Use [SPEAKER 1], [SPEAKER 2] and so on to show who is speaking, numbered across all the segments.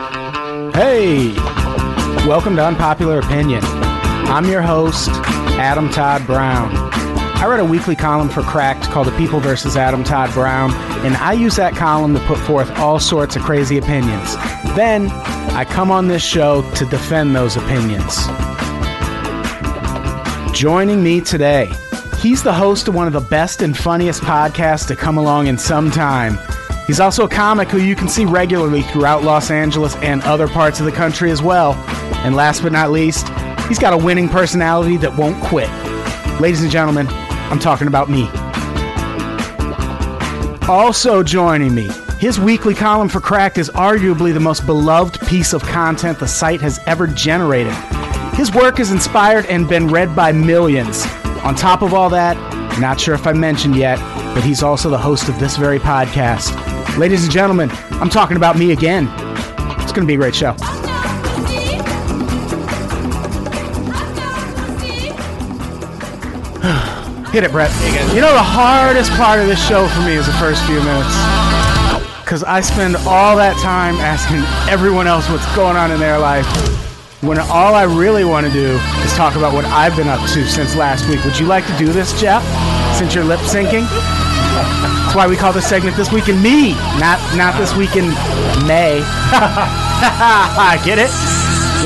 [SPEAKER 1] Hey, welcome to Unpopular Opinion. I'm your host, Adam Todd Brown. I write a weekly column for Cracked called The People vs. Adam Todd Brown, and I use that column to put forth all sorts of crazy opinions. Then, I come on this show to defend those opinions. Joining me today, he's the host of one of the best and funniest podcasts to come along in some time. He's also a comic who you can see regularly throughout Los Angeles and other parts of the country as well. And last but not least, he's got a winning personality that won't quit. Ladies and gentlemen, I'm talking about me. Also joining me, his weekly column for Cracked is arguably the most beloved piece of content the site has ever generated. His work has inspired and been read by millions. On top of all that, not sure if I mentioned yet, but he's also the host of this very podcast. Ladies and gentlemen, I'm talking about me again. It's going to be a great show. Hit it, Brett. You know, the hardest part of this show for me is the first few minutes. Because I spend all that time asking everyone else what's going on in their life when all I really want to do is talk about what I've been up to since last week. Would you like to do this, Jeff? Since you're lip syncing? That's why we call this segment This Week in Me, not not This Week in May. Get it?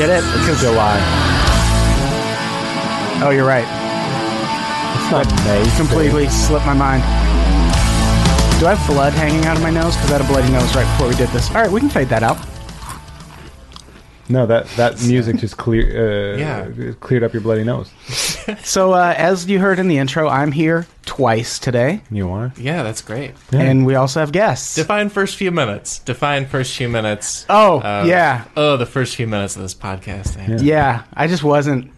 [SPEAKER 1] Get it? Because July. Oh, you're right. It's not May. Completely slipped my mind. Do I have blood hanging out of my nose? Because I had a bloody nose right before we did this. All right, we can fade that out.
[SPEAKER 2] No, that that music just clear uh,
[SPEAKER 3] Yeah.
[SPEAKER 2] it cleared up your bloody nose.
[SPEAKER 1] So, uh, as you heard in the intro, I'm here twice today,
[SPEAKER 2] You are
[SPEAKER 3] Yeah, that's great.
[SPEAKER 1] and we also have guests.
[SPEAKER 3] Define first few minutes. Define first few minutes.
[SPEAKER 1] Oh, yeah.
[SPEAKER 3] Oh, the first few minutes of this podcast. man.
[SPEAKER 1] yeah, I just wasn't.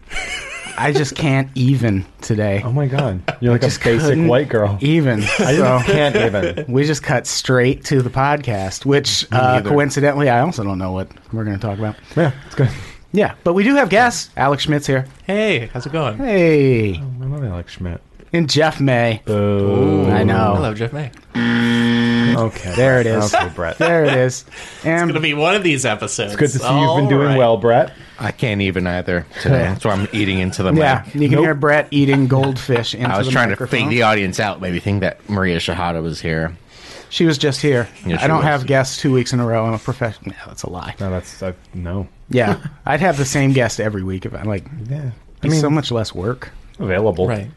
[SPEAKER 1] I just can't even today.
[SPEAKER 2] Oh my god, you're like a basic
[SPEAKER 1] couldn't
[SPEAKER 2] white girl.
[SPEAKER 1] Even
[SPEAKER 2] I
[SPEAKER 1] so,
[SPEAKER 2] just can't even.
[SPEAKER 1] we just cut straight to the podcast, which uh,
[SPEAKER 3] neither.
[SPEAKER 1] coincidentally, I also don't know what we're going to talk about.
[SPEAKER 2] Yeah, it's good.
[SPEAKER 1] Yeah, but we do have guests. Alex Schmidt's here.
[SPEAKER 3] Hey, how's it going?
[SPEAKER 1] Hey,
[SPEAKER 2] I love Alex Schmidt.
[SPEAKER 1] and Jeff May.
[SPEAKER 2] Oh,
[SPEAKER 1] I know.
[SPEAKER 3] Hello, Jeff May.
[SPEAKER 2] okay,
[SPEAKER 1] There it is.
[SPEAKER 2] Okay, Brett.
[SPEAKER 1] There it is. And
[SPEAKER 3] It'll be one of these episodes.
[SPEAKER 2] Good to see you've been doing well, Brett.
[SPEAKER 4] I can't even either today. That's why I'm eating into the
[SPEAKER 1] yeah,
[SPEAKER 4] mic.
[SPEAKER 1] you can hear Brett eating goldfish. Into
[SPEAKER 4] I was
[SPEAKER 1] the
[SPEAKER 4] trying
[SPEAKER 1] microphone.
[SPEAKER 4] to fake the audience out, maybe think that Maria Shahada was here.
[SPEAKER 1] She was just here.
[SPEAKER 4] Yeah, she
[SPEAKER 1] I don't
[SPEAKER 4] was.
[SPEAKER 1] have guests two weeks in a row. I'm a professional. Yeah, that's a lie.
[SPEAKER 2] No, that's I, no.
[SPEAKER 1] Yeah, I'd have the same guest every week if I like.
[SPEAKER 2] Yeah,
[SPEAKER 1] I mean, so much less work.
[SPEAKER 2] available.
[SPEAKER 3] Right.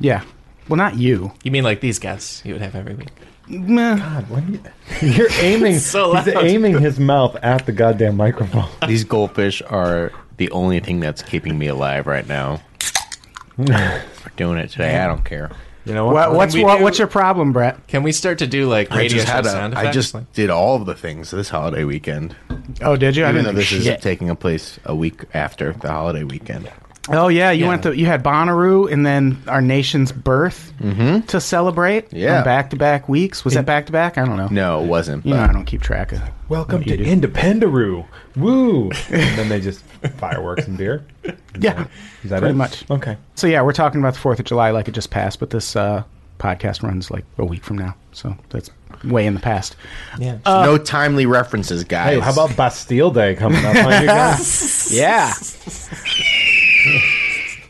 [SPEAKER 1] Yeah. Well, not you.
[SPEAKER 3] You mean like these guests you would have every week?
[SPEAKER 1] Meh.
[SPEAKER 2] God, what are you, you're aiming.
[SPEAKER 3] So
[SPEAKER 2] He's
[SPEAKER 3] loud.
[SPEAKER 2] aiming his mouth at the goddamn microphone.
[SPEAKER 4] These goldfish are the only thing that's keeping me alive right now. We're doing it today. I don't care.
[SPEAKER 2] You know
[SPEAKER 1] What, what's
[SPEAKER 3] we
[SPEAKER 1] what,
[SPEAKER 3] do-
[SPEAKER 1] what's your problem, Brett?
[SPEAKER 3] Can we start to do like
[SPEAKER 4] I
[SPEAKER 3] radio
[SPEAKER 4] just
[SPEAKER 3] show
[SPEAKER 4] had a,
[SPEAKER 3] sound effects?
[SPEAKER 4] I just
[SPEAKER 3] Like-
[SPEAKER 4] did all of the things this holiday weekend.
[SPEAKER 1] Oh, did you? I
[SPEAKER 4] Even
[SPEAKER 1] didn't
[SPEAKER 4] though
[SPEAKER 1] know
[SPEAKER 4] this is
[SPEAKER 1] shit.
[SPEAKER 4] taking a place a week after the holiday weekend.
[SPEAKER 1] Oh yeah, you
[SPEAKER 3] Yeah.
[SPEAKER 1] went to you had Bonnaroo and then our nation's birth to celebrate.
[SPEAKER 4] Yeah.
[SPEAKER 1] back to back weeks. Was that back to back? I don't know.
[SPEAKER 4] No, it wasn't.
[SPEAKER 1] You know,
[SPEAKER 4] but-
[SPEAKER 1] I don't keep track of.
[SPEAKER 2] Welcome
[SPEAKER 1] what you
[SPEAKER 2] to
[SPEAKER 1] do.
[SPEAKER 2] Independaroo. Woo! and then they just fireworks and beer. Is
[SPEAKER 1] Yeah.
[SPEAKER 2] that
[SPEAKER 1] Pretty
[SPEAKER 2] it?
[SPEAKER 1] much.
[SPEAKER 2] Okay.
[SPEAKER 1] So yeah, we're talking about the Fourth of July like it just passed, but this uh, podcast runs like a week from now, so that's way in the past.
[SPEAKER 3] yeah.
[SPEAKER 4] no timely references, guys.
[SPEAKER 2] Hey, how about Bastille Day coming up on you guys?
[SPEAKER 1] Yeah.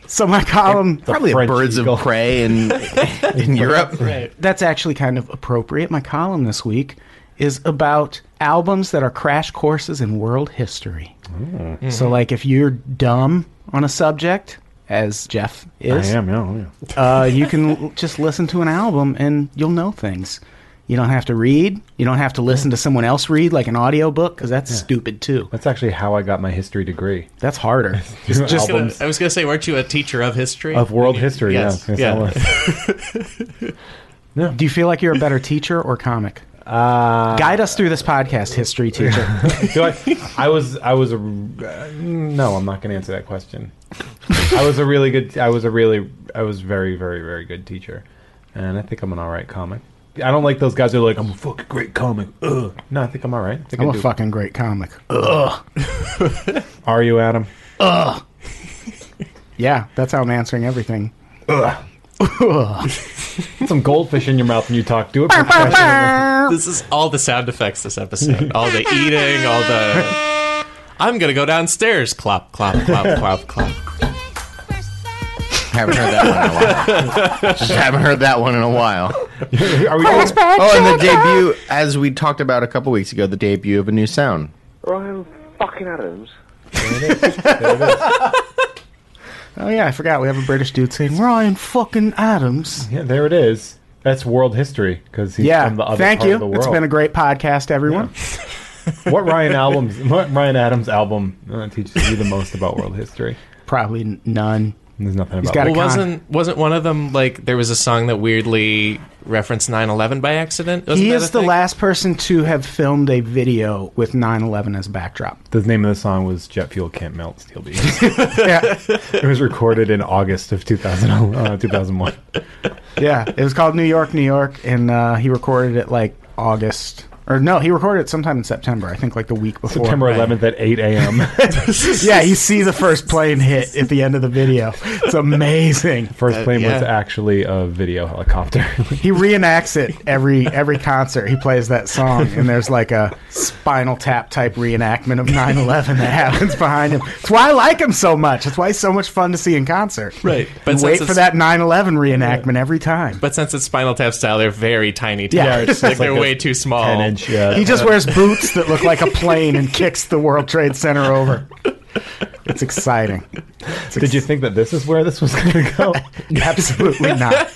[SPEAKER 1] so my column
[SPEAKER 4] probably
[SPEAKER 2] French
[SPEAKER 4] birds
[SPEAKER 2] eagle.
[SPEAKER 4] of prey in in Europe?
[SPEAKER 3] right.
[SPEAKER 1] that's actually kind of appropriate. My column this week is about albums that are crash courses in world history. So like if you're dumb on a subject, as Jeff
[SPEAKER 2] I
[SPEAKER 1] is,
[SPEAKER 2] am, yeah, oh, yeah.
[SPEAKER 1] uh, you can l- just listen to an album and you'll know things. You don't have to read. You don't have to listen to someone else read like an audiobook because that's stupid too.
[SPEAKER 2] That's actually how I got my history degree
[SPEAKER 1] That's harder.
[SPEAKER 2] Through
[SPEAKER 1] just-
[SPEAKER 3] I
[SPEAKER 2] albums
[SPEAKER 3] was gonna say, weren't you a teacher of history?
[SPEAKER 2] of world history.
[SPEAKER 3] Yes.
[SPEAKER 2] Yeah,
[SPEAKER 3] Yeah.
[SPEAKER 2] Yes, I was. Yeah.
[SPEAKER 1] Do you feel like you're a better teacher or comic?
[SPEAKER 2] Uh,
[SPEAKER 1] Guide us through this podcast, history teacher.
[SPEAKER 2] do I, I was I was a uh, no. I'm not going to answer that question. I was a really good. I was a really. I was very very very good teacher, and I think I'm an all right comic. I don't like those guys who are like I'm a fucking great comic. Ugh. No, I think I'm all right. I think
[SPEAKER 1] I'm
[SPEAKER 2] I
[SPEAKER 1] a
[SPEAKER 2] do.
[SPEAKER 1] fucking great comic.
[SPEAKER 2] Are you Adam?
[SPEAKER 1] Yeah, that's how I'm answering everything.
[SPEAKER 2] Put some goldfish in your mouth and you talk. Do it. professionally.
[SPEAKER 3] This is all the sound effects this episode. All the eating, all the. I'm gonna go downstairs. Clop, clop, clop, clop, clop.
[SPEAKER 4] Haven't heard that one in a while. Just haven't heard that one in a while.
[SPEAKER 2] Are we doing
[SPEAKER 4] Oh, and the debut, as we talked about a couple weeks ago, the debut of a new sound.
[SPEAKER 5] Ryan fucking Adams.
[SPEAKER 1] Oh yeah, I forgot we have a British dude saying Ryan fucking Adams.
[SPEAKER 2] Yeah, there it is. That's world history because he's
[SPEAKER 1] Yeah,
[SPEAKER 2] from the other
[SPEAKER 1] thank
[SPEAKER 2] part
[SPEAKER 1] you.
[SPEAKER 2] of the world.
[SPEAKER 1] It's been a great podcast, everyone.
[SPEAKER 2] what Ryan albums? What Ryan Adams album uh, teaches you the most about world history?
[SPEAKER 1] Probably n- none.
[SPEAKER 2] There's nothing about.
[SPEAKER 1] got
[SPEAKER 2] it.
[SPEAKER 1] a
[SPEAKER 3] Well, wasn't wasn't one of them like there was a song that weirdly referenced 9/11 by accident? Wasn't
[SPEAKER 1] He
[SPEAKER 3] that a
[SPEAKER 1] is the
[SPEAKER 3] thing?
[SPEAKER 1] last person to have filmed a video with 9/11 as backdrop.
[SPEAKER 2] the name of the song was "Jet Fuel Can't Melt Steel Beams." it was recorded in August of 2000, uh, 2001.
[SPEAKER 1] yeah, it was called New York, New York, and uh, he recorded it like August or no, he recorded it sometime in September. I think like the week before.
[SPEAKER 2] September 11th at 8 a.m.
[SPEAKER 1] Yeah, you see the first plane hit at the end of the video. It's amazing.
[SPEAKER 2] First plane was
[SPEAKER 3] yeah.
[SPEAKER 2] actually a video helicopter.
[SPEAKER 1] He reenacts it every every concert. He plays that song, and there's like a Spinal Tap type reenactment of 9/11 that happens behind him. That's why I like him so much. That's why he's so much fun to see in concert.
[SPEAKER 3] Right.
[SPEAKER 1] But
[SPEAKER 3] But since
[SPEAKER 1] wait for
[SPEAKER 3] it's-
[SPEAKER 1] that 9/11 reenactment every time.
[SPEAKER 3] But since it's Spinal Tap style, they're very tiny.
[SPEAKER 1] Yeah,
[SPEAKER 3] Yeah,
[SPEAKER 1] it's
[SPEAKER 3] like,
[SPEAKER 2] like
[SPEAKER 3] they're
[SPEAKER 2] a
[SPEAKER 3] way too small.
[SPEAKER 2] 10 inch. Uh,
[SPEAKER 1] Oh. He just wears boots that look like a plane and kicks the World Trade Center over. It's exciting.
[SPEAKER 2] Did you think that this is where this was going to go?
[SPEAKER 1] Absolutely not.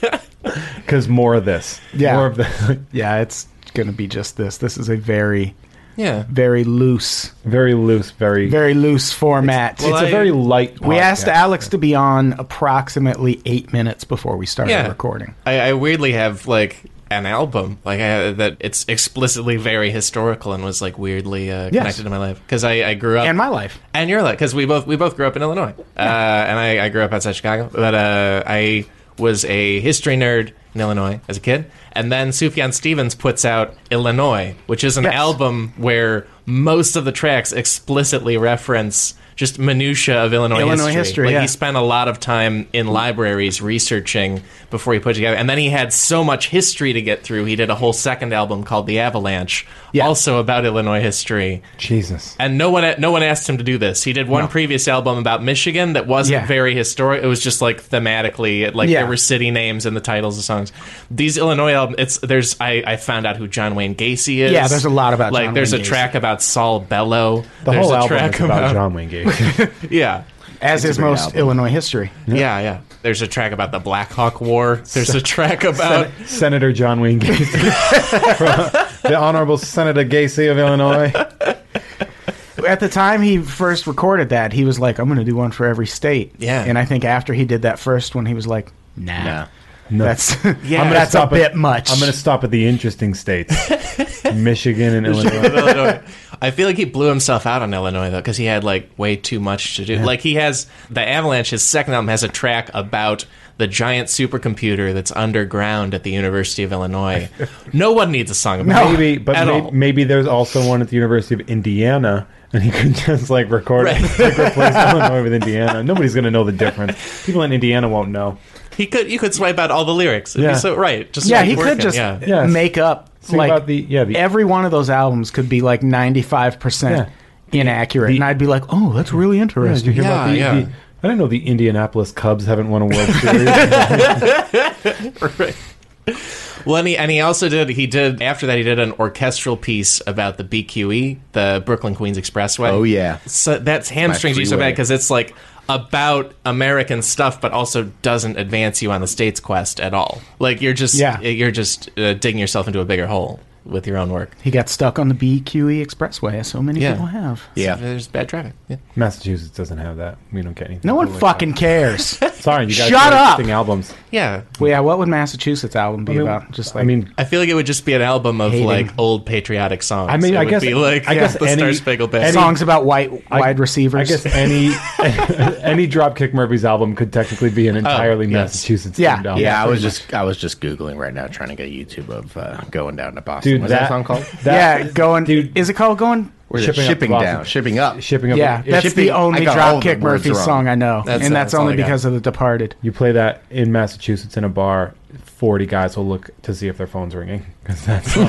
[SPEAKER 2] Because more of this.
[SPEAKER 1] Yeah.
[SPEAKER 2] More of the
[SPEAKER 1] Yeah, it's going to be just this. This is a very,
[SPEAKER 3] Yeah.
[SPEAKER 1] very loose,
[SPEAKER 2] very loose, very.
[SPEAKER 1] very loose format.
[SPEAKER 2] it's a
[SPEAKER 3] I-
[SPEAKER 2] very light.
[SPEAKER 1] we asked
[SPEAKER 2] podcast.
[SPEAKER 1] Alex to be on approximately eight minutes before we started
[SPEAKER 3] Yeah.
[SPEAKER 1] recording.
[SPEAKER 3] I, I weirdly have like an album like I, that it's explicitly very historical and was like weirdly uh, connected to my life because I, I grew up
[SPEAKER 1] And my life.
[SPEAKER 3] and your life because we both we both grew up in Illinois uh, and I, I grew up outside Chicago but uh, I was a history nerd in Illinois as a kid and then Sufjan Stevens puts out Illinois which is an
[SPEAKER 1] Yes.
[SPEAKER 3] album where most of the tracks explicitly reference just minutia of Illinois
[SPEAKER 1] Illinois history,
[SPEAKER 3] Like,
[SPEAKER 1] yeah.
[SPEAKER 3] he spent a lot of time in libraries researching before he put it together. And then he had so much history to get through. He did a whole second album called The Avalanche,
[SPEAKER 1] Yeah.
[SPEAKER 3] also about Illinois history.
[SPEAKER 2] Jesus.
[SPEAKER 3] And no one no one asked him to do this. He did one previous album about Michigan that wasn't
[SPEAKER 1] Yeah.
[SPEAKER 3] very historic. It was just like thematically, like
[SPEAKER 1] Yeah.
[SPEAKER 3] there were city names and the titles of songs. These Illinois albums, it's there's I, I found out who John Wayne Gacy is.
[SPEAKER 1] Yeah, there's a lot about
[SPEAKER 3] like
[SPEAKER 1] John
[SPEAKER 3] there's
[SPEAKER 1] Wayne
[SPEAKER 3] a
[SPEAKER 1] Gacy.
[SPEAKER 3] track about Saul Bellow.
[SPEAKER 2] The
[SPEAKER 3] there's
[SPEAKER 2] whole
[SPEAKER 3] a
[SPEAKER 2] album
[SPEAKER 3] track
[SPEAKER 2] is about John Wayne Gacy.
[SPEAKER 3] yeah.
[SPEAKER 1] As is
[SPEAKER 4] great
[SPEAKER 1] most
[SPEAKER 4] album.
[SPEAKER 1] Illinois history.
[SPEAKER 3] Yeah, yeah. There's a track about the Black Hawk War. There's a track about
[SPEAKER 2] Senator John Wayne Gacy. From the Honorable Senator Gacy of Illinois.
[SPEAKER 1] At the time he first recorded that, he was like, I'm going to do one for every state.
[SPEAKER 3] Yeah.
[SPEAKER 1] And I think after he did that first one, he was like, nah.
[SPEAKER 4] Nah.
[SPEAKER 2] No.
[SPEAKER 1] That's,
[SPEAKER 3] I'm gonna
[SPEAKER 1] that's a
[SPEAKER 2] stop it.
[SPEAKER 1] bit much.
[SPEAKER 2] I'm going to stop at the interesting states Michigan and Illinois.
[SPEAKER 3] Illinois. I feel like he blew himself out on Illinois though, because he had like way too much to do. Like he has the Avalanche. His second album has a track about the giant supercomputer that's underground at the University of Illinois. no one needs a song about it
[SPEAKER 2] Maybe, but
[SPEAKER 3] at
[SPEAKER 2] may-
[SPEAKER 3] all.
[SPEAKER 2] maybe there's also one at the University of Indiana, and he could just like record
[SPEAKER 3] Right.
[SPEAKER 2] it, like, replace Illinois with Indiana. Nobody's going to know the difference. People in Indiana won't know.
[SPEAKER 3] He could you could swipe out all the lyrics. It'd be
[SPEAKER 2] Yeah.
[SPEAKER 3] so- right. Just
[SPEAKER 1] yeah,
[SPEAKER 3] like
[SPEAKER 1] he could
[SPEAKER 3] working,
[SPEAKER 1] just
[SPEAKER 3] yeah.
[SPEAKER 2] Yes.
[SPEAKER 1] make up
[SPEAKER 2] Think
[SPEAKER 1] like
[SPEAKER 2] about the- yeah, the-
[SPEAKER 1] every one of those albums could be like 95% inaccurate and I'd be like, "Oh, that's really
[SPEAKER 2] Did you
[SPEAKER 1] interesting."
[SPEAKER 2] hear about
[SPEAKER 3] Yeah,
[SPEAKER 2] the,
[SPEAKER 3] yeah.
[SPEAKER 2] the- I didn't know the Indianapolis Cubs haven't won a World Series.
[SPEAKER 3] Right. Well, and he, and he also did, he did, after that, he did an orchestral piece about the BQE, the Brooklyn Queens Expressway.
[SPEAKER 4] Oh, yeah.
[SPEAKER 3] So that's hamstrings you so
[SPEAKER 4] freeway.
[SPEAKER 3] bad because it's like about American stuff, but also doesn't advance you on the state's quest at all. Like you're just,
[SPEAKER 1] Yeah.
[SPEAKER 3] you're just uh, digging yourself into a bigger hole. with your own work.
[SPEAKER 1] He got stuck on the BQE Expressway, as so many
[SPEAKER 3] Yeah.
[SPEAKER 1] people have.
[SPEAKER 4] Yeah.
[SPEAKER 3] There's bad traffic. Yeah.
[SPEAKER 2] Massachusetts doesn't have that. We don't get anything.
[SPEAKER 1] No one
[SPEAKER 2] Really.
[SPEAKER 1] fucking cares.
[SPEAKER 2] Sorry, you guys
[SPEAKER 1] Shut
[SPEAKER 2] are
[SPEAKER 1] up!
[SPEAKER 2] listing albums.
[SPEAKER 3] Yeah.
[SPEAKER 1] well, yeah, what would Massachusetts album be about? Just like
[SPEAKER 2] I mean,
[SPEAKER 3] I feel like it would just be an album of
[SPEAKER 1] Hating.
[SPEAKER 3] like old patriotic songs.
[SPEAKER 2] I mean,
[SPEAKER 3] it
[SPEAKER 2] I
[SPEAKER 3] would
[SPEAKER 2] guess-
[SPEAKER 3] be like
[SPEAKER 2] I
[SPEAKER 3] yeah,
[SPEAKER 2] guess
[SPEAKER 3] the
[SPEAKER 2] any-
[SPEAKER 3] Star Spangled Banner.
[SPEAKER 2] any-
[SPEAKER 1] songs about white wide receivers.
[SPEAKER 2] I guess any any Dropkick Murphys album could technically be an entirely
[SPEAKER 3] yes.
[SPEAKER 2] Massachusetts
[SPEAKER 1] Yeah,
[SPEAKER 2] themed album.
[SPEAKER 4] Oh, Yeah, I was just I was just googling right now, trying to get YouTube of uh, going down to Boston.
[SPEAKER 2] Dude,
[SPEAKER 4] What's that,
[SPEAKER 2] that-
[SPEAKER 4] song called?
[SPEAKER 2] That-
[SPEAKER 1] yeah, going.
[SPEAKER 2] Dude.
[SPEAKER 1] is it called going?
[SPEAKER 4] Or is it
[SPEAKER 2] Shipping up to
[SPEAKER 4] shipping
[SPEAKER 2] Boston.
[SPEAKER 4] down, shipping up.
[SPEAKER 2] shipping up.
[SPEAKER 1] Yeah,
[SPEAKER 2] it-
[SPEAKER 1] that's
[SPEAKER 4] shipping-
[SPEAKER 1] the only
[SPEAKER 4] I got all the
[SPEAKER 1] Dropkick
[SPEAKER 4] words
[SPEAKER 1] Murphy
[SPEAKER 4] wrong.
[SPEAKER 1] song I know,
[SPEAKER 3] That's-
[SPEAKER 1] and that's,
[SPEAKER 3] that's all
[SPEAKER 1] only
[SPEAKER 3] I got.
[SPEAKER 1] because of The Departed.
[SPEAKER 2] You play that in Massachusetts in a bar, 40 guys will look to see if their phone's ringing. 'Cause that's all-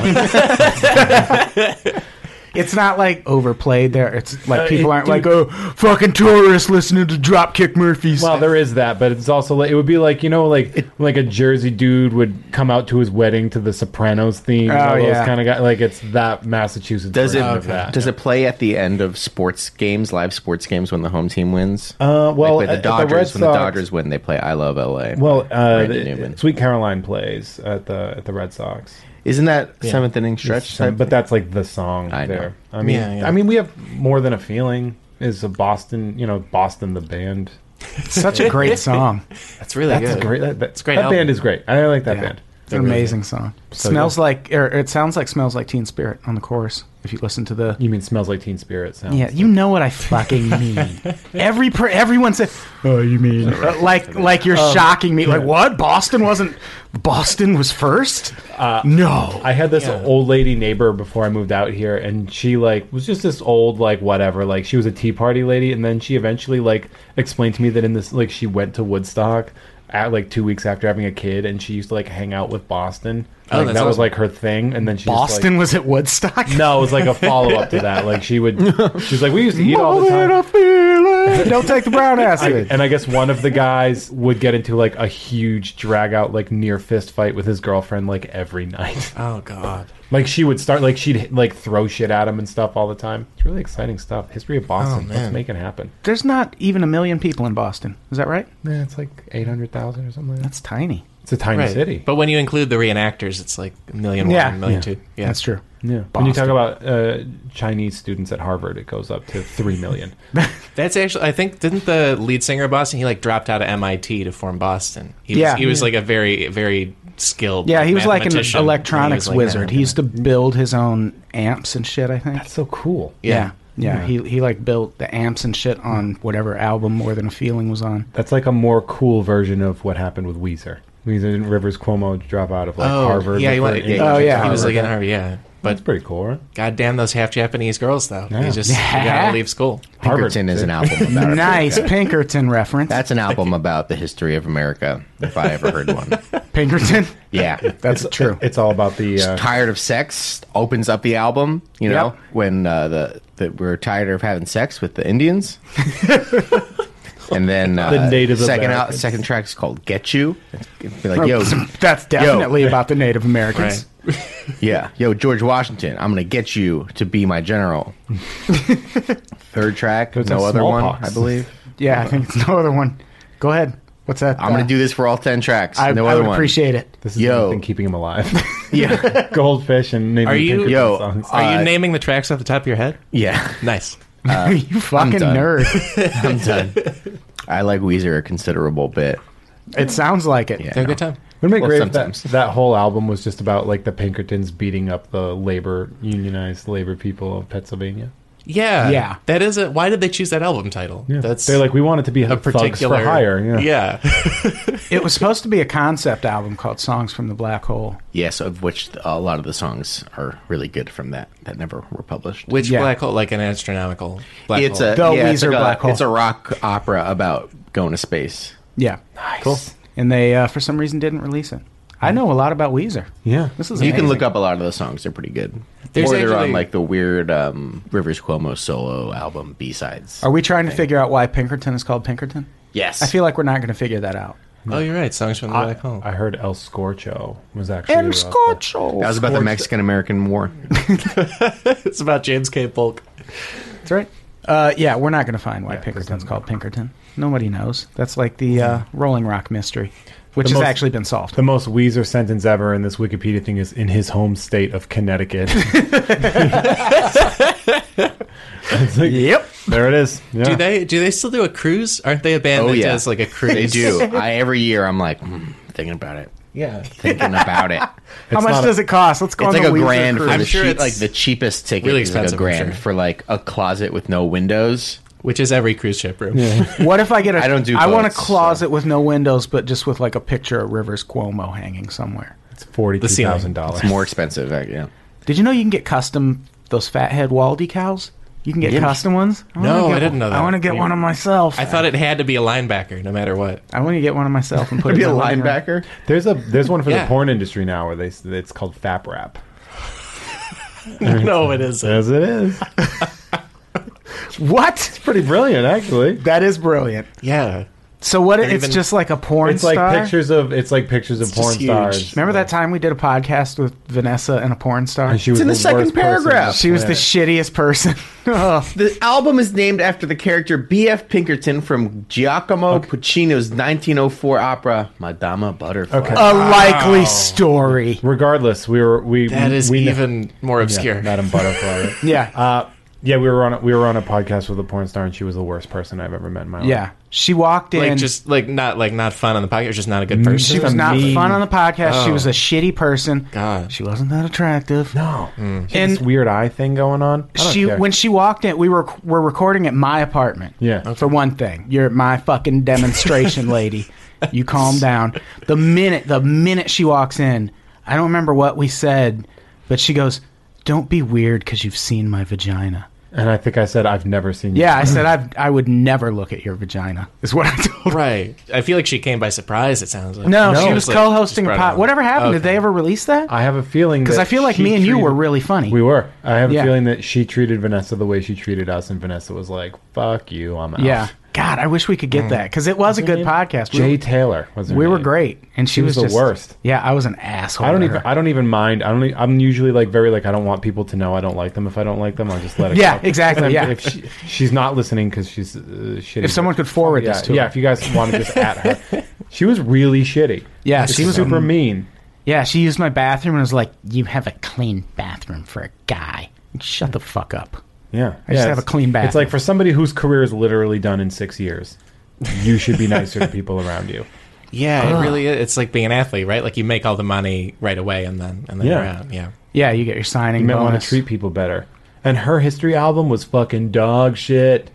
[SPEAKER 1] It's not like overplayed there. It's like
[SPEAKER 2] Uh,
[SPEAKER 1] people
[SPEAKER 2] it-
[SPEAKER 1] aren't like,
[SPEAKER 2] dude-
[SPEAKER 1] oh, fucking tourists listening to Dropkick Murphys.
[SPEAKER 2] well, there is that, but it's also like, it would be like, you know, like like a Jersey dude would come out to his wedding to the Sopranos theme.
[SPEAKER 1] Oh,
[SPEAKER 2] all those
[SPEAKER 1] yeah.
[SPEAKER 2] kind of guys. Like it's that Massachusetts
[SPEAKER 4] Does it
[SPEAKER 2] version of that.
[SPEAKER 4] does it play at the end of sports games, live sports games when the home team wins?
[SPEAKER 2] uh, well,
[SPEAKER 4] like with
[SPEAKER 2] at-
[SPEAKER 4] the
[SPEAKER 2] at Red
[SPEAKER 4] Dodgers when the
[SPEAKER 2] Sox-
[SPEAKER 4] Dodgers win, they play "I Love LA."
[SPEAKER 2] Well, uh,
[SPEAKER 4] Randy Newman.
[SPEAKER 2] Sweet Caroline plays at the at the Red Sox.
[SPEAKER 4] Isn't that seventh inning stretch?
[SPEAKER 2] Some-
[SPEAKER 4] Type?
[SPEAKER 2] but that's like the song
[SPEAKER 4] I know.
[SPEAKER 2] there. I mean,
[SPEAKER 3] Yeah, yeah.
[SPEAKER 2] I mean, we have more than a feeling. Is a Boston, you know, Boston the band.
[SPEAKER 1] Such a great song.
[SPEAKER 3] That's really
[SPEAKER 2] That's
[SPEAKER 3] good.
[SPEAKER 2] a great. That, that,
[SPEAKER 3] a great
[SPEAKER 2] that
[SPEAKER 3] album.
[SPEAKER 2] band is great. I like that
[SPEAKER 1] Yeah.
[SPEAKER 2] band.
[SPEAKER 1] It's an amazing song. smells like, or it sounds like "Smells Like Teen Spirit" on the chorus. If you listen to the,
[SPEAKER 2] You mean smells like Teen Spirit sounds?
[SPEAKER 1] yeah, you know what I fucking mean. Every per, everyone said, "Oh, you mean uh, like like you're shocking me? Like what? Boston wasn't Boston was first? no,
[SPEAKER 2] I had this old lady neighbor before I moved out here, and she like was just this old like whatever. Like she was a Tea Party lady, and then she eventually like explained to me that in this like she went to Woodstock at like two weeks after having a kid, and she used to like hang out with Boston.
[SPEAKER 3] Oh,
[SPEAKER 2] Like,
[SPEAKER 3] that's
[SPEAKER 2] that was
[SPEAKER 3] awesome.
[SPEAKER 2] like her thing, and then she just, like-
[SPEAKER 1] Boston was at Woodstock.
[SPEAKER 2] No, it was like a follow up to that. Like she would, she's like, we used to eat all the time.
[SPEAKER 1] Don't take the brown acid.
[SPEAKER 2] And I guess one of the guys would get into like a huge drag out, like near fist fight with his girlfriend, like every night.
[SPEAKER 3] Oh God.
[SPEAKER 2] Like she would start, like she'd like throw shit at him and stuff all the time. It's really exciting stuff. History of Boston.
[SPEAKER 3] Oh,
[SPEAKER 2] Let's
[SPEAKER 3] man.
[SPEAKER 2] make it happen.
[SPEAKER 1] There's not even a million people in Boston. Is that right?
[SPEAKER 2] Yeah, it's like eight hundred thousand or something. like that.
[SPEAKER 1] That's tiny.
[SPEAKER 2] It's a tiny
[SPEAKER 3] Right.
[SPEAKER 2] city.
[SPEAKER 3] But when you include the reenactors, it's like a million one,
[SPEAKER 1] Yeah.
[SPEAKER 3] a million
[SPEAKER 2] Yeah.
[SPEAKER 3] two. Yeah.
[SPEAKER 1] That's true.
[SPEAKER 2] yeah. When you talk
[SPEAKER 1] Boston.
[SPEAKER 2] about uh, Chinese students at Harvard, it goes up to three million.
[SPEAKER 3] That's actually, I think, didn't the lead singer of Boston? He like dropped out of MIT to form Boston. He was,
[SPEAKER 1] Yeah.
[SPEAKER 3] he was like a very, very skilled.
[SPEAKER 1] Yeah, he was like an
[SPEAKER 3] mathematician, and he
[SPEAKER 1] electronics
[SPEAKER 3] was, like,
[SPEAKER 1] wizard.
[SPEAKER 3] "Nah,
[SPEAKER 1] He used to build his own amps and shit. I think.
[SPEAKER 2] That's so cool.
[SPEAKER 1] yeah.
[SPEAKER 3] Yeah.
[SPEAKER 1] yeah, He he like built the amps and shit on whatever album More Than a Feeling was on.
[SPEAKER 2] That's like a more cool version of what happened with Weezer. Weezer and Rivers Cuomo drop out of like
[SPEAKER 3] oh,
[SPEAKER 2] Harvard.
[SPEAKER 3] Yeah, he
[SPEAKER 2] before
[SPEAKER 3] went,
[SPEAKER 2] English
[SPEAKER 3] yeah,
[SPEAKER 1] Oh,
[SPEAKER 2] at
[SPEAKER 1] yeah.
[SPEAKER 3] he was like
[SPEAKER 2] Harvard.
[SPEAKER 3] in Harvard. Yeah, but
[SPEAKER 2] that's pretty cool. Right?
[SPEAKER 3] goddamn those half Japanese girls though.
[SPEAKER 2] Yeah.
[SPEAKER 3] You just you gotta leave school.
[SPEAKER 4] Pinkerton is an album about it.
[SPEAKER 1] Nice Pinkerton reference.
[SPEAKER 4] That's an album about the history of America, if I ever heard one.
[SPEAKER 1] Pinkerton.
[SPEAKER 4] Yeah.
[SPEAKER 1] That's true.
[SPEAKER 2] It's all about the. Uh,
[SPEAKER 4] tired of sex opens up the album. You know
[SPEAKER 1] Yep.
[SPEAKER 4] when uh, the that we're tired of having sex with the Indians. And then uh,
[SPEAKER 2] The Native
[SPEAKER 4] second out,
[SPEAKER 2] Americans.
[SPEAKER 4] second track is called "Get You." It'd be like, yo,
[SPEAKER 1] Oh, That's definitely about the Native Americans.
[SPEAKER 4] yeah, yo, George Washington, I'm gonna get you to be my general. Third track,
[SPEAKER 2] It's
[SPEAKER 4] no
[SPEAKER 2] like
[SPEAKER 4] other one,
[SPEAKER 2] smallpox.
[SPEAKER 4] I believe.
[SPEAKER 1] Yeah, I think it's no other one. Go ahead. What's that? Uh,
[SPEAKER 4] I'm gonna do this for all ten tracks.
[SPEAKER 1] I,
[SPEAKER 4] no
[SPEAKER 1] I
[SPEAKER 4] other
[SPEAKER 1] would
[SPEAKER 4] one.
[SPEAKER 1] appreciate it.
[SPEAKER 2] this is
[SPEAKER 4] yo.
[SPEAKER 2] the thing keeping him alive.
[SPEAKER 4] Yeah,
[SPEAKER 2] Goldfish and maybe
[SPEAKER 3] Are you-
[SPEAKER 2] Pinkerton
[SPEAKER 4] Yo,
[SPEAKER 2] songs.
[SPEAKER 3] Are you
[SPEAKER 4] Uh,
[SPEAKER 3] naming the tracks off the top of your head?
[SPEAKER 4] yeah.
[SPEAKER 3] Nice.
[SPEAKER 1] you fucking
[SPEAKER 4] uh, done.
[SPEAKER 1] nerd.
[SPEAKER 4] I'm done. I like Weezer a considerable bit.
[SPEAKER 1] It sounds like it.
[SPEAKER 3] They're a good time.
[SPEAKER 2] Wouldn't it be
[SPEAKER 4] well,
[SPEAKER 2] great if that,
[SPEAKER 4] sometimes.
[SPEAKER 2] that whole album was just about like the Pinkertons beating up the labor unionized labor people of Pennsylvania?
[SPEAKER 3] Yeah,
[SPEAKER 1] Yeah.
[SPEAKER 3] That is a. Why did they choose that album title?
[SPEAKER 2] Yeah.
[SPEAKER 3] That's
[SPEAKER 2] they're like we want it to be
[SPEAKER 3] a
[SPEAKER 2] thugs for
[SPEAKER 3] particular
[SPEAKER 2] hire. Yeah.
[SPEAKER 3] yeah.
[SPEAKER 1] It was supposed to be a concept album called Songs from the Black Hole.
[SPEAKER 4] Yes, of which a lot of the songs are really good from that that never were published.
[SPEAKER 3] Which
[SPEAKER 1] Yeah.
[SPEAKER 3] black hole? Like an astronomical black
[SPEAKER 4] it's
[SPEAKER 3] hole.
[SPEAKER 4] a
[SPEAKER 1] The
[SPEAKER 4] yeah, it's
[SPEAKER 1] Weezer
[SPEAKER 4] like a-
[SPEAKER 1] Black Hole.
[SPEAKER 4] It's a rock opera about going to space.
[SPEAKER 1] Yeah.
[SPEAKER 2] Nice. Cool.
[SPEAKER 1] And they, uh, for some reason, didn't release it. I know a lot about Weezer.
[SPEAKER 2] Yeah.
[SPEAKER 1] This is
[SPEAKER 4] You can
[SPEAKER 1] amazing.
[SPEAKER 4] look up a lot of those songs; they're pretty good.
[SPEAKER 3] There's
[SPEAKER 4] or they're on
[SPEAKER 3] actually-
[SPEAKER 4] like the weird um, Rivers Cuomo solo album B sides.
[SPEAKER 1] Are we trying to figure out why Pinkerton is called Pinkerton?
[SPEAKER 4] Yes,
[SPEAKER 1] I feel like we're not going to figure that out.
[SPEAKER 3] oh, you're right. Songs from the black hole.
[SPEAKER 2] I heard El Scorcho was actually uh,
[SPEAKER 1] M.
[SPEAKER 2] about the-
[SPEAKER 1] Scorcho.
[SPEAKER 4] that was about the Mexican American War.
[SPEAKER 3] it's about James K. Polk.
[SPEAKER 1] That's right. Uh, yeah, we're not going to find why
[SPEAKER 2] Yeah,
[SPEAKER 1] Pinkerton's called Pinkerton. Nobody knows. That's like the uh, Rolling Rock mystery. which
[SPEAKER 2] The
[SPEAKER 1] has
[SPEAKER 2] most-
[SPEAKER 1] actually been solved.
[SPEAKER 2] The most Weezer sentence ever in this Wikipedia thing is in his home state of Connecticut. It's like,
[SPEAKER 1] Yep.
[SPEAKER 2] There it is. Yeah.
[SPEAKER 3] Do they do they still do a cruise? Aren't they a band
[SPEAKER 4] Oh,
[SPEAKER 3] that
[SPEAKER 4] yeah.
[SPEAKER 3] does like a cruise?
[SPEAKER 4] They do. I every year I'm like mm, thinking about it,
[SPEAKER 2] Yeah.
[SPEAKER 4] thinking about it.
[SPEAKER 1] How much
[SPEAKER 2] not a-
[SPEAKER 1] does it cost? Let's go
[SPEAKER 4] It's
[SPEAKER 1] on
[SPEAKER 4] like
[SPEAKER 1] the
[SPEAKER 4] a
[SPEAKER 1] Weezer
[SPEAKER 4] grand for
[SPEAKER 1] cruise.
[SPEAKER 4] the
[SPEAKER 3] sure
[SPEAKER 4] cheap,
[SPEAKER 3] it's
[SPEAKER 4] like the cheapest ticket.
[SPEAKER 3] really
[SPEAKER 4] is like a
[SPEAKER 3] expensive, I'm
[SPEAKER 4] grand
[SPEAKER 3] sure.
[SPEAKER 4] for like a closet with no windows.
[SPEAKER 3] Which is every cruise ship room.
[SPEAKER 1] What if I get a?
[SPEAKER 4] I don't do
[SPEAKER 1] I want a
[SPEAKER 4] boats, so-
[SPEAKER 1] closet with no windows, but just with like a picture of Rivers Cuomo hanging somewhere.
[SPEAKER 2] It's forty-two thousand dollars.
[SPEAKER 4] It's more expensive. Like, yeah.
[SPEAKER 1] Did you know you can get custom those fathead wall decals? You can get custom ones. I wanna
[SPEAKER 3] No,
[SPEAKER 1] get
[SPEAKER 3] I didn't know
[SPEAKER 1] I
[SPEAKER 3] that.
[SPEAKER 1] want to get one of myself.
[SPEAKER 3] I thought it had to be a linebacker, no matter what.
[SPEAKER 1] I want to get one of myself and put it
[SPEAKER 4] Be a
[SPEAKER 1] in my living room.
[SPEAKER 4] linebacker.
[SPEAKER 2] There's a there's one for
[SPEAKER 3] Yeah.
[SPEAKER 2] the porn industry now where they s- it's called Fap Wrap.
[SPEAKER 3] no, it isn't.
[SPEAKER 2] As it is,
[SPEAKER 1] What?
[SPEAKER 2] pretty brilliant actually.
[SPEAKER 1] That is brilliant.
[SPEAKER 3] Yeah.
[SPEAKER 1] So what? It's
[SPEAKER 3] even-
[SPEAKER 1] just like a porn
[SPEAKER 2] It's like
[SPEAKER 1] star?
[SPEAKER 2] pictures of it's like pictures of porn
[SPEAKER 3] just huge.
[SPEAKER 2] stars.
[SPEAKER 1] Remember that time we did a podcast with Vanessa and a porn star?
[SPEAKER 2] And she was
[SPEAKER 4] in the second
[SPEAKER 2] worst person on the
[SPEAKER 4] paragraph.
[SPEAKER 1] She was the
[SPEAKER 2] planet.
[SPEAKER 1] shittiest person. Ugh.
[SPEAKER 4] The album is named after the character B.F. Pinkerton from Giacomo Puccino's 1904 opera Madama Butterfly.
[SPEAKER 2] Okay.
[SPEAKER 1] a likely story.
[SPEAKER 2] Regardless, we were we
[SPEAKER 3] That is
[SPEAKER 2] we kn-
[SPEAKER 3] even more
[SPEAKER 2] yeah,
[SPEAKER 3] obscure.
[SPEAKER 2] Madam Butterfly.
[SPEAKER 1] Yeah.
[SPEAKER 2] Uh, yeah, we were on a, we were on a podcast with a porn star, and she was the worst person I've ever met in my life.
[SPEAKER 1] yeah. She walked in.
[SPEAKER 3] like just like not like not fun on the podcast, just not a good person.
[SPEAKER 1] she was not
[SPEAKER 2] mean-
[SPEAKER 1] fun on the podcast. She
[SPEAKER 3] Oh.
[SPEAKER 1] was a shitty person.
[SPEAKER 3] God.
[SPEAKER 1] She wasn't that attractive.
[SPEAKER 2] No. She had
[SPEAKER 1] And-
[SPEAKER 2] this weird eye thing going on. I don't
[SPEAKER 1] She
[SPEAKER 2] care.
[SPEAKER 1] when she walked in, we were were recording at my apartment.
[SPEAKER 2] Yeah.
[SPEAKER 1] For one thing, you're at my fucking demonstration, lady. You calm down. The minute the minute she walks in, I don't remember what we said, but she goes, "Don't be weird because you've seen my vagina."
[SPEAKER 2] and I think I said I've never seen. you.
[SPEAKER 1] Yeah, I said I I would never look at your vagina. Is what I told. her.
[SPEAKER 3] Right. I feel like she came by surprise, it sounds like.
[SPEAKER 1] No, she
[SPEAKER 3] Just
[SPEAKER 1] was
[SPEAKER 3] like-
[SPEAKER 1] co-hosting
[SPEAKER 3] just
[SPEAKER 1] a
[SPEAKER 3] brought it
[SPEAKER 1] pot.
[SPEAKER 3] on.
[SPEAKER 1] Whatever happened? Did
[SPEAKER 3] Okay.
[SPEAKER 1] they ever release that?
[SPEAKER 2] I have a feeling
[SPEAKER 1] Because
[SPEAKER 2] that
[SPEAKER 1] I feel like
[SPEAKER 2] she
[SPEAKER 1] me and you were
[SPEAKER 2] treated-
[SPEAKER 1] really funny.
[SPEAKER 2] We were. I have
[SPEAKER 1] Yeah.
[SPEAKER 2] a feeling that she treated Vanessa the way she treated us, and Vanessa was like, "Fuck you, I'm out."
[SPEAKER 1] yeah. God, I wish we could
[SPEAKER 2] Mm.
[SPEAKER 1] get that because it was a good podcast. We-
[SPEAKER 2] Jay Taylor was. her
[SPEAKER 1] We were
[SPEAKER 2] name.
[SPEAKER 1] great, and she,
[SPEAKER 2] She was the
[SPEAKER 1] just-
[SPEAKER 2] worst.
[SPEAKER 1] Yeah, I was an asshole.
[SPEAKER 2] I don't
[SPEAKER 1] to
[SPEAKER 2] even.
[SPEAKER 1] her.
[SPEAKER 2] I don't even mind. I don't. e- I'm usually like very like I don't want people to know I don't like them. If I don't like them, I'll just let it.
[SPEAKER 1] Yeah,
[SPEAKER 2] go.
[SPEAKER 1] exactly,
[SPEAKER 2] If-
[SPEAKER 1] yeah.
[SPEAKER 2] If she, she's not listening because she's uh, shitty.
[SPEAKER 1] if someone could forward
[SPEAKER 2] yeah,
[SPEAKER 1] this to
[SPEAKER 2] yeah.
[SPEAKER 1] her,
[SPEAKER 2] If you guys want to just at her, she was really shitty.
[SPEAKER 1] Yeah,
[SPEAKER 2] It's
[SPEAKER 1] she was-
[SPEAKER 2] super mean.
[SPEAKER 1] yeah, she used my bathroom and was like, "You have a clean bathroom for a guy." Shut the fuck up.
[SPEAKER 2] Yeah,
[SPEAKER 1] I just
[SPEAKER 2] yeah,
[SPEAKER 1] have a
[SPEAKER 2] it's-
[SPEAKER 1] clean bathroom.
[SPEAKER 2] It's like for somebody whose career is literally done in six years, you should be nicer to people around you.
[SPEAKER 3] Yeah, it really is. It's like being an athlete, right? Like you make all the money right away and then and then
[SPEAKER 2] Yeah.
[SPEAKER 3] you're out. Yeah.
[SPEAKER 1] Yeah, you get your signing
[SPEAKER 2] You might want
[SPEAKER 1] bonus.
[SPEAKER 2] to treat people better. And her history album was fucking dog shit,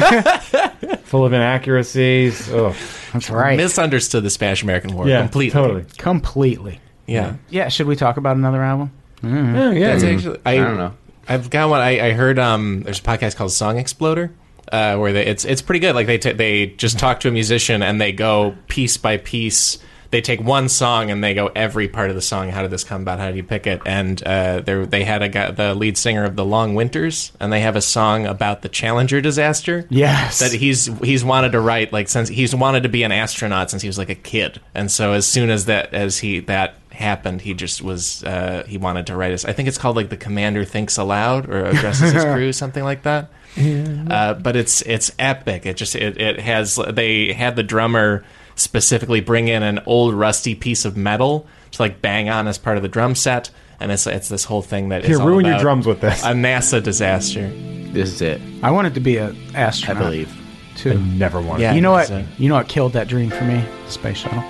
[SPEAKER 2] full of inaccuracies. Ugh.
[SPEAKER 1] That's right,
[SPEAKER 3] Misunderstood the Spanish American War
[SPEAKER 2] Yeah,
[SPEAKER 3] completely.
[SPEAKER 2] totally.
[SPEAKER 1] completely.
[SPEAKER 3] Yeah.
[SPEAKER 1] Yeah, should we talk about another album?
[SPEAKER 2] Yeah, yeah.
[SPEAKER 3] That's actually, I,
[SPEAKER 4] don't know.
[SPEAKER 3] I've got one. I, I heard um, there's a podcast called Song Exploder. Uh, where they, it's it's pretty good. Like they ta they just talk to a musician and they go piece by piece. They take one song and they go every part of the song. How did this come about? How did you pick it? And uh, they they had a guy, the lead singer of the Long Winters, and they have a song about the Challenger disaster.
[SPEAKER 1] Yes.
[SPEAKER 3] that he's he's wanted to write like since he's wanted to be an astronaut since he was like a kid, and so as soon as that as he that happened, he just was uh, he wanted to write us. I think it's called like the commander thinks aloud or addresses his crew, something like that. Uh, but it's it's epic. It just it, it has they had the drummer specifically bring in an old rusty piece of metal to like bang on as part of the drum set, and it's it's this whole thing that is
[SPEAKER 2] Here,
[SPEAKER 3] all
[SPEAKER 2] ruin your
[SPEAKER 3] about
[SPEAKER 2] drums with this.
[SPEAKER 3] a NASA disaster.
[SPEAKER 4] This is it,
[SPEAKER 1] I wanted to be an
[SPEAKER 4] I
[SPEAKER 1] astronaut.
[SPEAKER 4] believe.
[SPEAKER 1] too.
[SPEAKER 2] Mm-hmm. Never wanted.
[SPEAKER 3] Yeah.
[SPEAKER 1] You know what?
[SPEAKER 3] So-
[SPEAKER 1] You know what killed that dream for me? Space shuttle.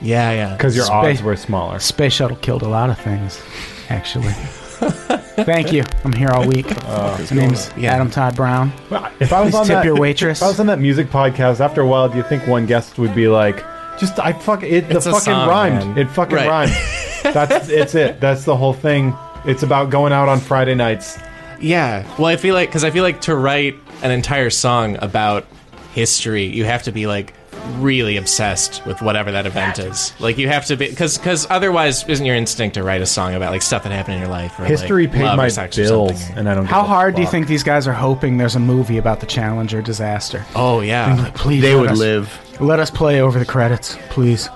[SPEAKER 3] Yeah, yeah.
[SPEAKER 2] Because your
[SPEAKER 1] Space-
[SPEAKER 2] odds were smaller.
[SPEAKER 1] Space shuttle killed a lot of things, actually. Thank you. I'm here all week. My name's
[SPEAKER 3] Yeah.
[SPEAKER 1] Adam Todd Brown.
[SPEAKER 2] Well, If I was
[SPEAKER 1] Please
[SPEAKER 2] on
[SPEAKER 1] tip
[SPEAKER 2] that,
[SPEAKER 1] your waitress.
[SPEAKER 2] If I was on that music podcast, after a while, do you think one guest would be like, "Just I fuck it. The
[SPEAKER 3] It's a
[SPEAKER 2] fucking
[SPEAKER 3] song,
[SPEAKER 2] rhymed.
[SPEAKER 3] man."
[SPEAKER 2] It fucking
[SPEAKER 3] Right.
[SPEAKER 2] rhymed. That's it's it. That's the whole thing. It's about going out on Friday nights.
[SPEAKER 3] Yeah. Well, I feel like because I feel like to write an entire song about history, you have to be like really obsessed with whatever that event is. Like you have to be because because otherwise, isn't your instinct to write a song about like stuff that happened in your life? Or, like,
[SPEAKER 2] History paid
[SPEAKER 3] love or
[SPEAKER 2] my
[SPEAKER 3] sex or something?
[SPEAKER 2] bills, and I don't.
[SPEAKER 1] How
[SPEAKER 2] give a
[SPEAKER 1] hard do you
[SPEAKER 2] fuck.
[SPEAKER 1] think these guys are hoping there's a movie about the Challenger disaster?
[SPEAKER 3] Oh yeah,
[SPEAKER 1] Um, Please,
[SPEAKER 4] They
[SPEAKER 1] let
[SPEAKER 4] would
[SPEAKER 1] us-
[SPEAKER 4] live.
[SPEAKER 1] Let us play over the credits, please.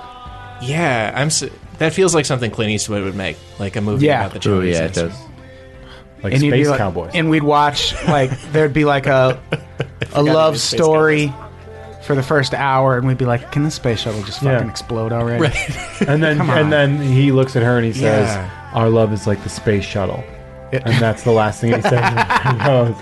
[SPEAKER 3] yeah. I'm. So, that feels like something Clint Eastwood would make, like a movie
[SPEAKER 1] Yeah.
[SPEAKER 3] about the.
[SPEAKER 4] Oh
[SPEAKER 3] Chinese
[SPEAKER 4] yeah, it
[SPEAKER 3] disaster.
[SPEAKER 4] does.
[SPEAKER 2] Like
[SPEAKER 1] you'd be
[SPEAKER 2] space
[SPEAKER 1] like-
[SPEAKER 2] cowboys.
[SPEAKER 1] And we'd watch like there'd be like a a love
[SPEAKER 3] Space
[SPEAKER 1] story for the first hour, and we'd be like, "Can the space shuttle just
[SPEAKER 2] Yeah.
[SPEAKER 1] fucking explode already?"
[SPEAKER 2] And then
[SPEAKER 1] Come on.
[SPEAKER 2] and then he looks at her and he says,
[SPEAKER 1] Yeah.
[SPEAKER 2] "Our love is like the space shuttle," and that's the last thing he says. and goes.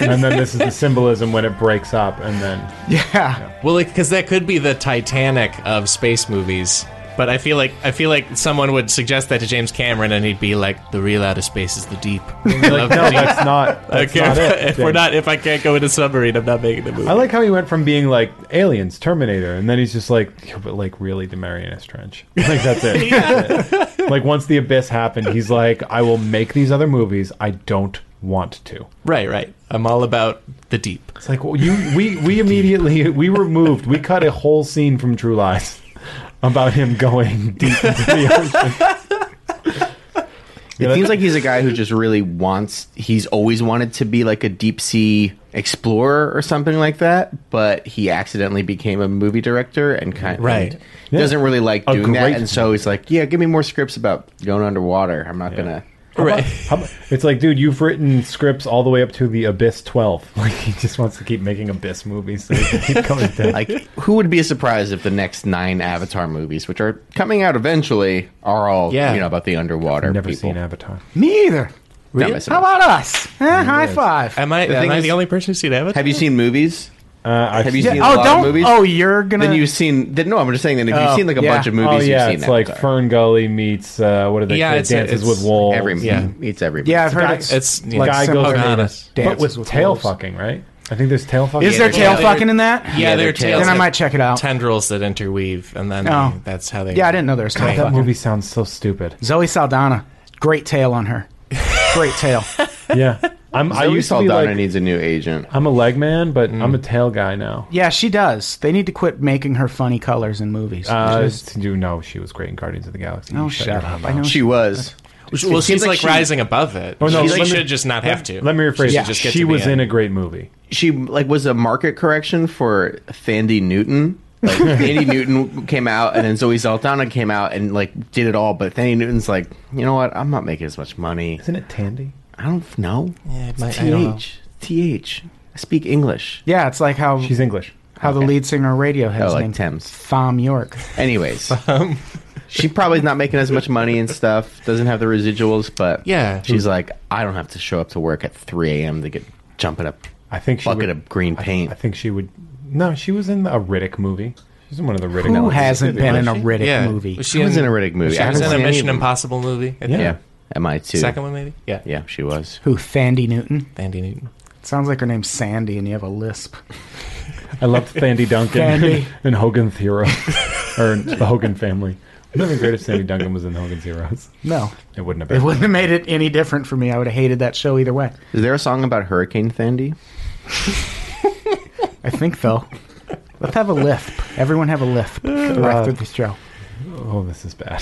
[SPEAKER 2] And then this is the symbolism when it breaks up, and then
[SPEAKER 1] Yeah,
[SPEAKER 3] Well, because that could be the Titanic of space movies. But I feel like I feel like someone would suggest that to James Cameron, and he'd be like, "The real outer space is the deep." I
[SPEAKER 2] like,
[SPEAKER 3] love the
[SPEAKER 2] no,
[SPEAKER 3] deep.
[SPEAKER 2] that's not. That's
[SPEAKER 3] Okay,
[SPEAKER 2] not it.
[SPEAKER 3] if we're
[SPEAKER 2] James.
[SPEAKER 3] not, if I can't go in a submarine, I'm not making the movie.
[SPEAKER 2] I like how he went from being like aliens, Terminator, and then he's just like, "Yeah, but like really, the Marianas Trench. Like that's it. That's it. Like once the abyss happened, he's like, I will make these other movies. I don't want to.
[SPEAKER 3] right, right. I'm all about the deep.
[SPEAKER 2] It's like well, you, we, we immediately we removed, we cut a whole scene from True Lies about him going deep into the ocean.
[SPEAKER 4] It seems like he's a guy who just really wants. He's always wanted to be like a deep sea explorer or something like that, but he accidentally became a movie director and kind
[SPEAKER 3] Right.
[SPEAKER 4] and doesn't really like
[SPEAKER 2] A
[SPEAKER 4] doing that,
[SPEAKER 2] great-
[SPEAKER 4] and so he's like, "Yeah, give me more scripts about going underwater. I'm not gonna."
[SPEAKER 3] Right.
[SPEAKER 2] How mu- It's like, dude, you've written scripts all the way up to the Abyss Twelve. Like he just wants to keep making Abyss movies. So he can keep coming down.
[SPEAKER 4] Like, who would be surprised if the next nine Avatar movies, which are coming out eventually, are all
[SPEAKER 3] Yeah.
[SPEAKER 4] you know about the underwater?
[SPEAKER 2] Never
[SPEAKER 4] people.
[SPEAKER 2] seen Avatar.
[SPEAKER 1] me either.
[SPEAKER 4] Not missing
[SPEAKER 1] How
[SPEAKER 4] much.
[SPEAKER 1] about us? Eh, high five.
[SPEAKER 3] Am I?
[SPEAKER 4] The
[SPEAKER 3] am
[SPEAKER 4] thing
[SPEAKER 3] I
[SPEAKER 4] is-
[SPEAKER 3] the only person who's seen Avatar?
[SPEAKER 4] Have you seen movies?
[SPEAKER 2] Uh, I've
[SPEAKER 4] Have you
[SPEAKER 2] seen-
[SPEAKER 4] seen a
[SPEAKER 1] oh,
[SPEAKER 4] lot
[SPEAKER 1] don't.
[SPEAKER 4] of movies?
[SPEAKER 1] Oh, you're gonna.
[SPEAKER 4] then you've seen. Then, no, I'm just saying that if
[SPEAKER 1] Oh,
[SPEAKER 4] you've seen like a
[SPEAKER 1] yeah.
[SPEAKER 4] bunch of movies,
[SPEAKER 2] oh yeah,
[SPEAKER 4] you've seen
[SPEAKER 2] it's like
[SPEAKER 4] Avatar.
[SPEAKER 2] Fern Gully meets uh, what are they?
[SPEAKER 3] Yeah,
[SPEAKER 2] Yeah,
[SPEAKER 3] it's-
[SPEAKER 2] dances
[SPEAKER 3] it's
[SPEAKER 2] with wolves.
[SPEAKER 4] every
[SPEAKER 3] Yeah.
[SPEAKER 4] yeah, it's every
[SPEAKER 1] yeah, I've heard
[SPEAKER 2] guy-
[SPEAKER 1] it's.
[SPEAKER 3] it's
[SPEAKER 1] like
[SPEAKER 2] guy
[SPEAKER 1] similar
[SPEAKER 2] goes
[SPEAKER 1] to
[SPEAKER 3] Pocahontas.
[SPEAKER 1] Dances
[SPEAKER 2] but with
[SPEAKER 1] with
[SPEAKER 2] tail
[SPEAKER 1] Wolves.
[SPEAKER 2] fucking, right? I think there's tail fucking.
[SPEAKER 1] Is there
[SPEAKER 3] Yeah,
[SPEAKER 1] tail
[SPEAKER 3] they're-
[SPEAKER 1] fucking in that?
[SPEAKER 3] yeah,
[SPEAKER 4] they're
[SPEAKER 3] they're
[SPEAKER 4] tails.
[SPEAKER 3] tails.
[SPEAKER 1] Then I
[SPEAKER 3] that-
[SPEAKER 1] might check it out.
[SPEAKER 3] Tendrils that interweave, and then
[SPEAKER 1] Oh.
[SPEAKER 3] they- that's how they.
[SPEAKER 1] Yeah, I didn't know there was tail
[SPEAKER 3] Right.
[SPEAKER 2] that
[SPEAKER 1] fucking.
[SPEAKER 2] movie sounds so stupid.
[SPEAKER 1] Zoe Saldana, great tail on her. Great tail.
[SPEAKER 2] Yeah, I'm. I
[SPEAKER 4] I
[SPEAKER 2] used to be like,
[SPEAKER 4] needs a new agent.
[SPEAKER 2] I'm a leg man, but
[SPEAKER 3] Mm.
[SPEAKER 2] I'm a tail guy now.
[SPEAKER 1] Yeah, she does. They need to quit making her funny colors in movies.
[SPEAKER 2] Uh,
[SPEAKER 1] Just-
[SPEAKER 2] you know, she was great in Guardians of the Galaxy.
[SPEAKER 1] oh,
[SPEAKER 2] You your
[SPEAKER 1] shut up.
[SPEAKER 2] mouth.
[SPEAKER 1] I know.
[SPEAKER 4] She was.
[SPEAKER 3] Well,
[SPEAKER 4] It seems
[SPEAKER 3] she's like,
[SPEAKER 4] she-
[SPEAKER 3] rising above it.
[SPEAKER 2] Oh, no, let
[SPEAKER 3] she like,
[SPEAKER 2] me-
[SPEAKER 3] should just not have to.
[SPEAKER 2] Let me rephrase.
[SPEAKER 3] She
[SPEAKER 2] Yeah,
[SPEAKER 3] should just get
[SPEAKER 2] she
[SPEAKER 3] to the
[SPEAKER 2] was in
[SPEAKER 3] end.
[SPEAKER 2] a great movie.
[SPEAKER 4] She like was a market correction for Thandi Newton. Like Thandi Newton came out, and then Zoe Saldana came out and like did it all. But Thandi Newton's like, you know what? I'm not making as much money.
[SPEAKER 2] Isn't it Tandy?
[SPEAKER 4] I don't know.
[SPEAKER 3] Yeah, it
[SPEAKER 4] It's
[SPEAKER 3] might- I don't know.
[SPEAKER 4] th th. I speak English.
[SPEAKER 1] yeah, it's like how
[SPEAKER 2] She's English.
[SPEAKER 1] how the lead singer of Radiohead
[SPEAKER 4] Oh,
[SPEAKER 1] is
[SPEAKER 4] like
[SPEAKER 1] named
[SPEAKER 4] Thames.
[SPEAKER 1] Thom York.
[SPEAKER 4] Anyways,
[SPEAKER 3] Um.
[SPEAKER 4] she probably's not making as much money and stuff. Doesn't have the residuals, but
[SPEAKER 3] Yeah.
[SPEAKER 4] she's like, I don't have to show up to work at 3 a.m. to get jumping up.
[SPEAKER 2] I think she
[SPEAKER 4] bucket
[SPEAKER 2] would-
[SPEAKER 4] of green
[SPEAKER 2] I-
[SPEAKER 4] paint.
[SPEAKER 2] I, think she would. No, she was in a Riddick movie. She's in one of the Riddick.
[SPEAKER 1] Who
[SPEAKER 2] movies.
[SPEAKER 1] hasn't been in a Riddick
[SPEAKER 3] yeah.
[SPEAKER 1] movie?
[SPEAKER 3] Was
[SPEAKER 4] She was in a Riddick movie.
[SPEAKER 3] She
[SPEAKER 4] I
[SPEAKER 3] was in
[SPEAKER 4] haven't
[SPEAKER 3] a
[SPEAKER 4] seen any
[SPEAKER 3] Mission
[SPEAKER 4] of them.
[SPEAKER 3] Impossible movie. I think.
[SPEAKER 4] Yeah. Am I too?
[SPEAKER 3] Second one, maybe? Yeah.
[SPEAKER 4] Yeah, she was.
[SPEAKER 1] Who? Thandi Newton?
[SPEAKER 3] Andy Newton.
[SPEAKER 1] Sounds like her name's Sandy, and you have a lisp.
[SPEAKER 2] I loved Sandy Duncan
[SPEAKER 1] Sandy.
[SPEAKER 2] and Hogan Theoro, or the Hogan family. Wouldn't it be great if Sandy Duncan was in the Hogan Zeros?
[SPEAKER 1] No,
[SPEAKER 2] It wouldn't have
[SPEAKER 1] it
[SPEAKER 2] been.
[SPEAKER 1] wouldn't have made it any different for me. I would have hated that show either way.
[SPEAKER 4] Is there a song about Hurricane Sandy?
[SPEAKER 1] I think though. Let's have a lisp. Everyone have a lisp after the show.
[SPEAKER 2] Oh, this is bad.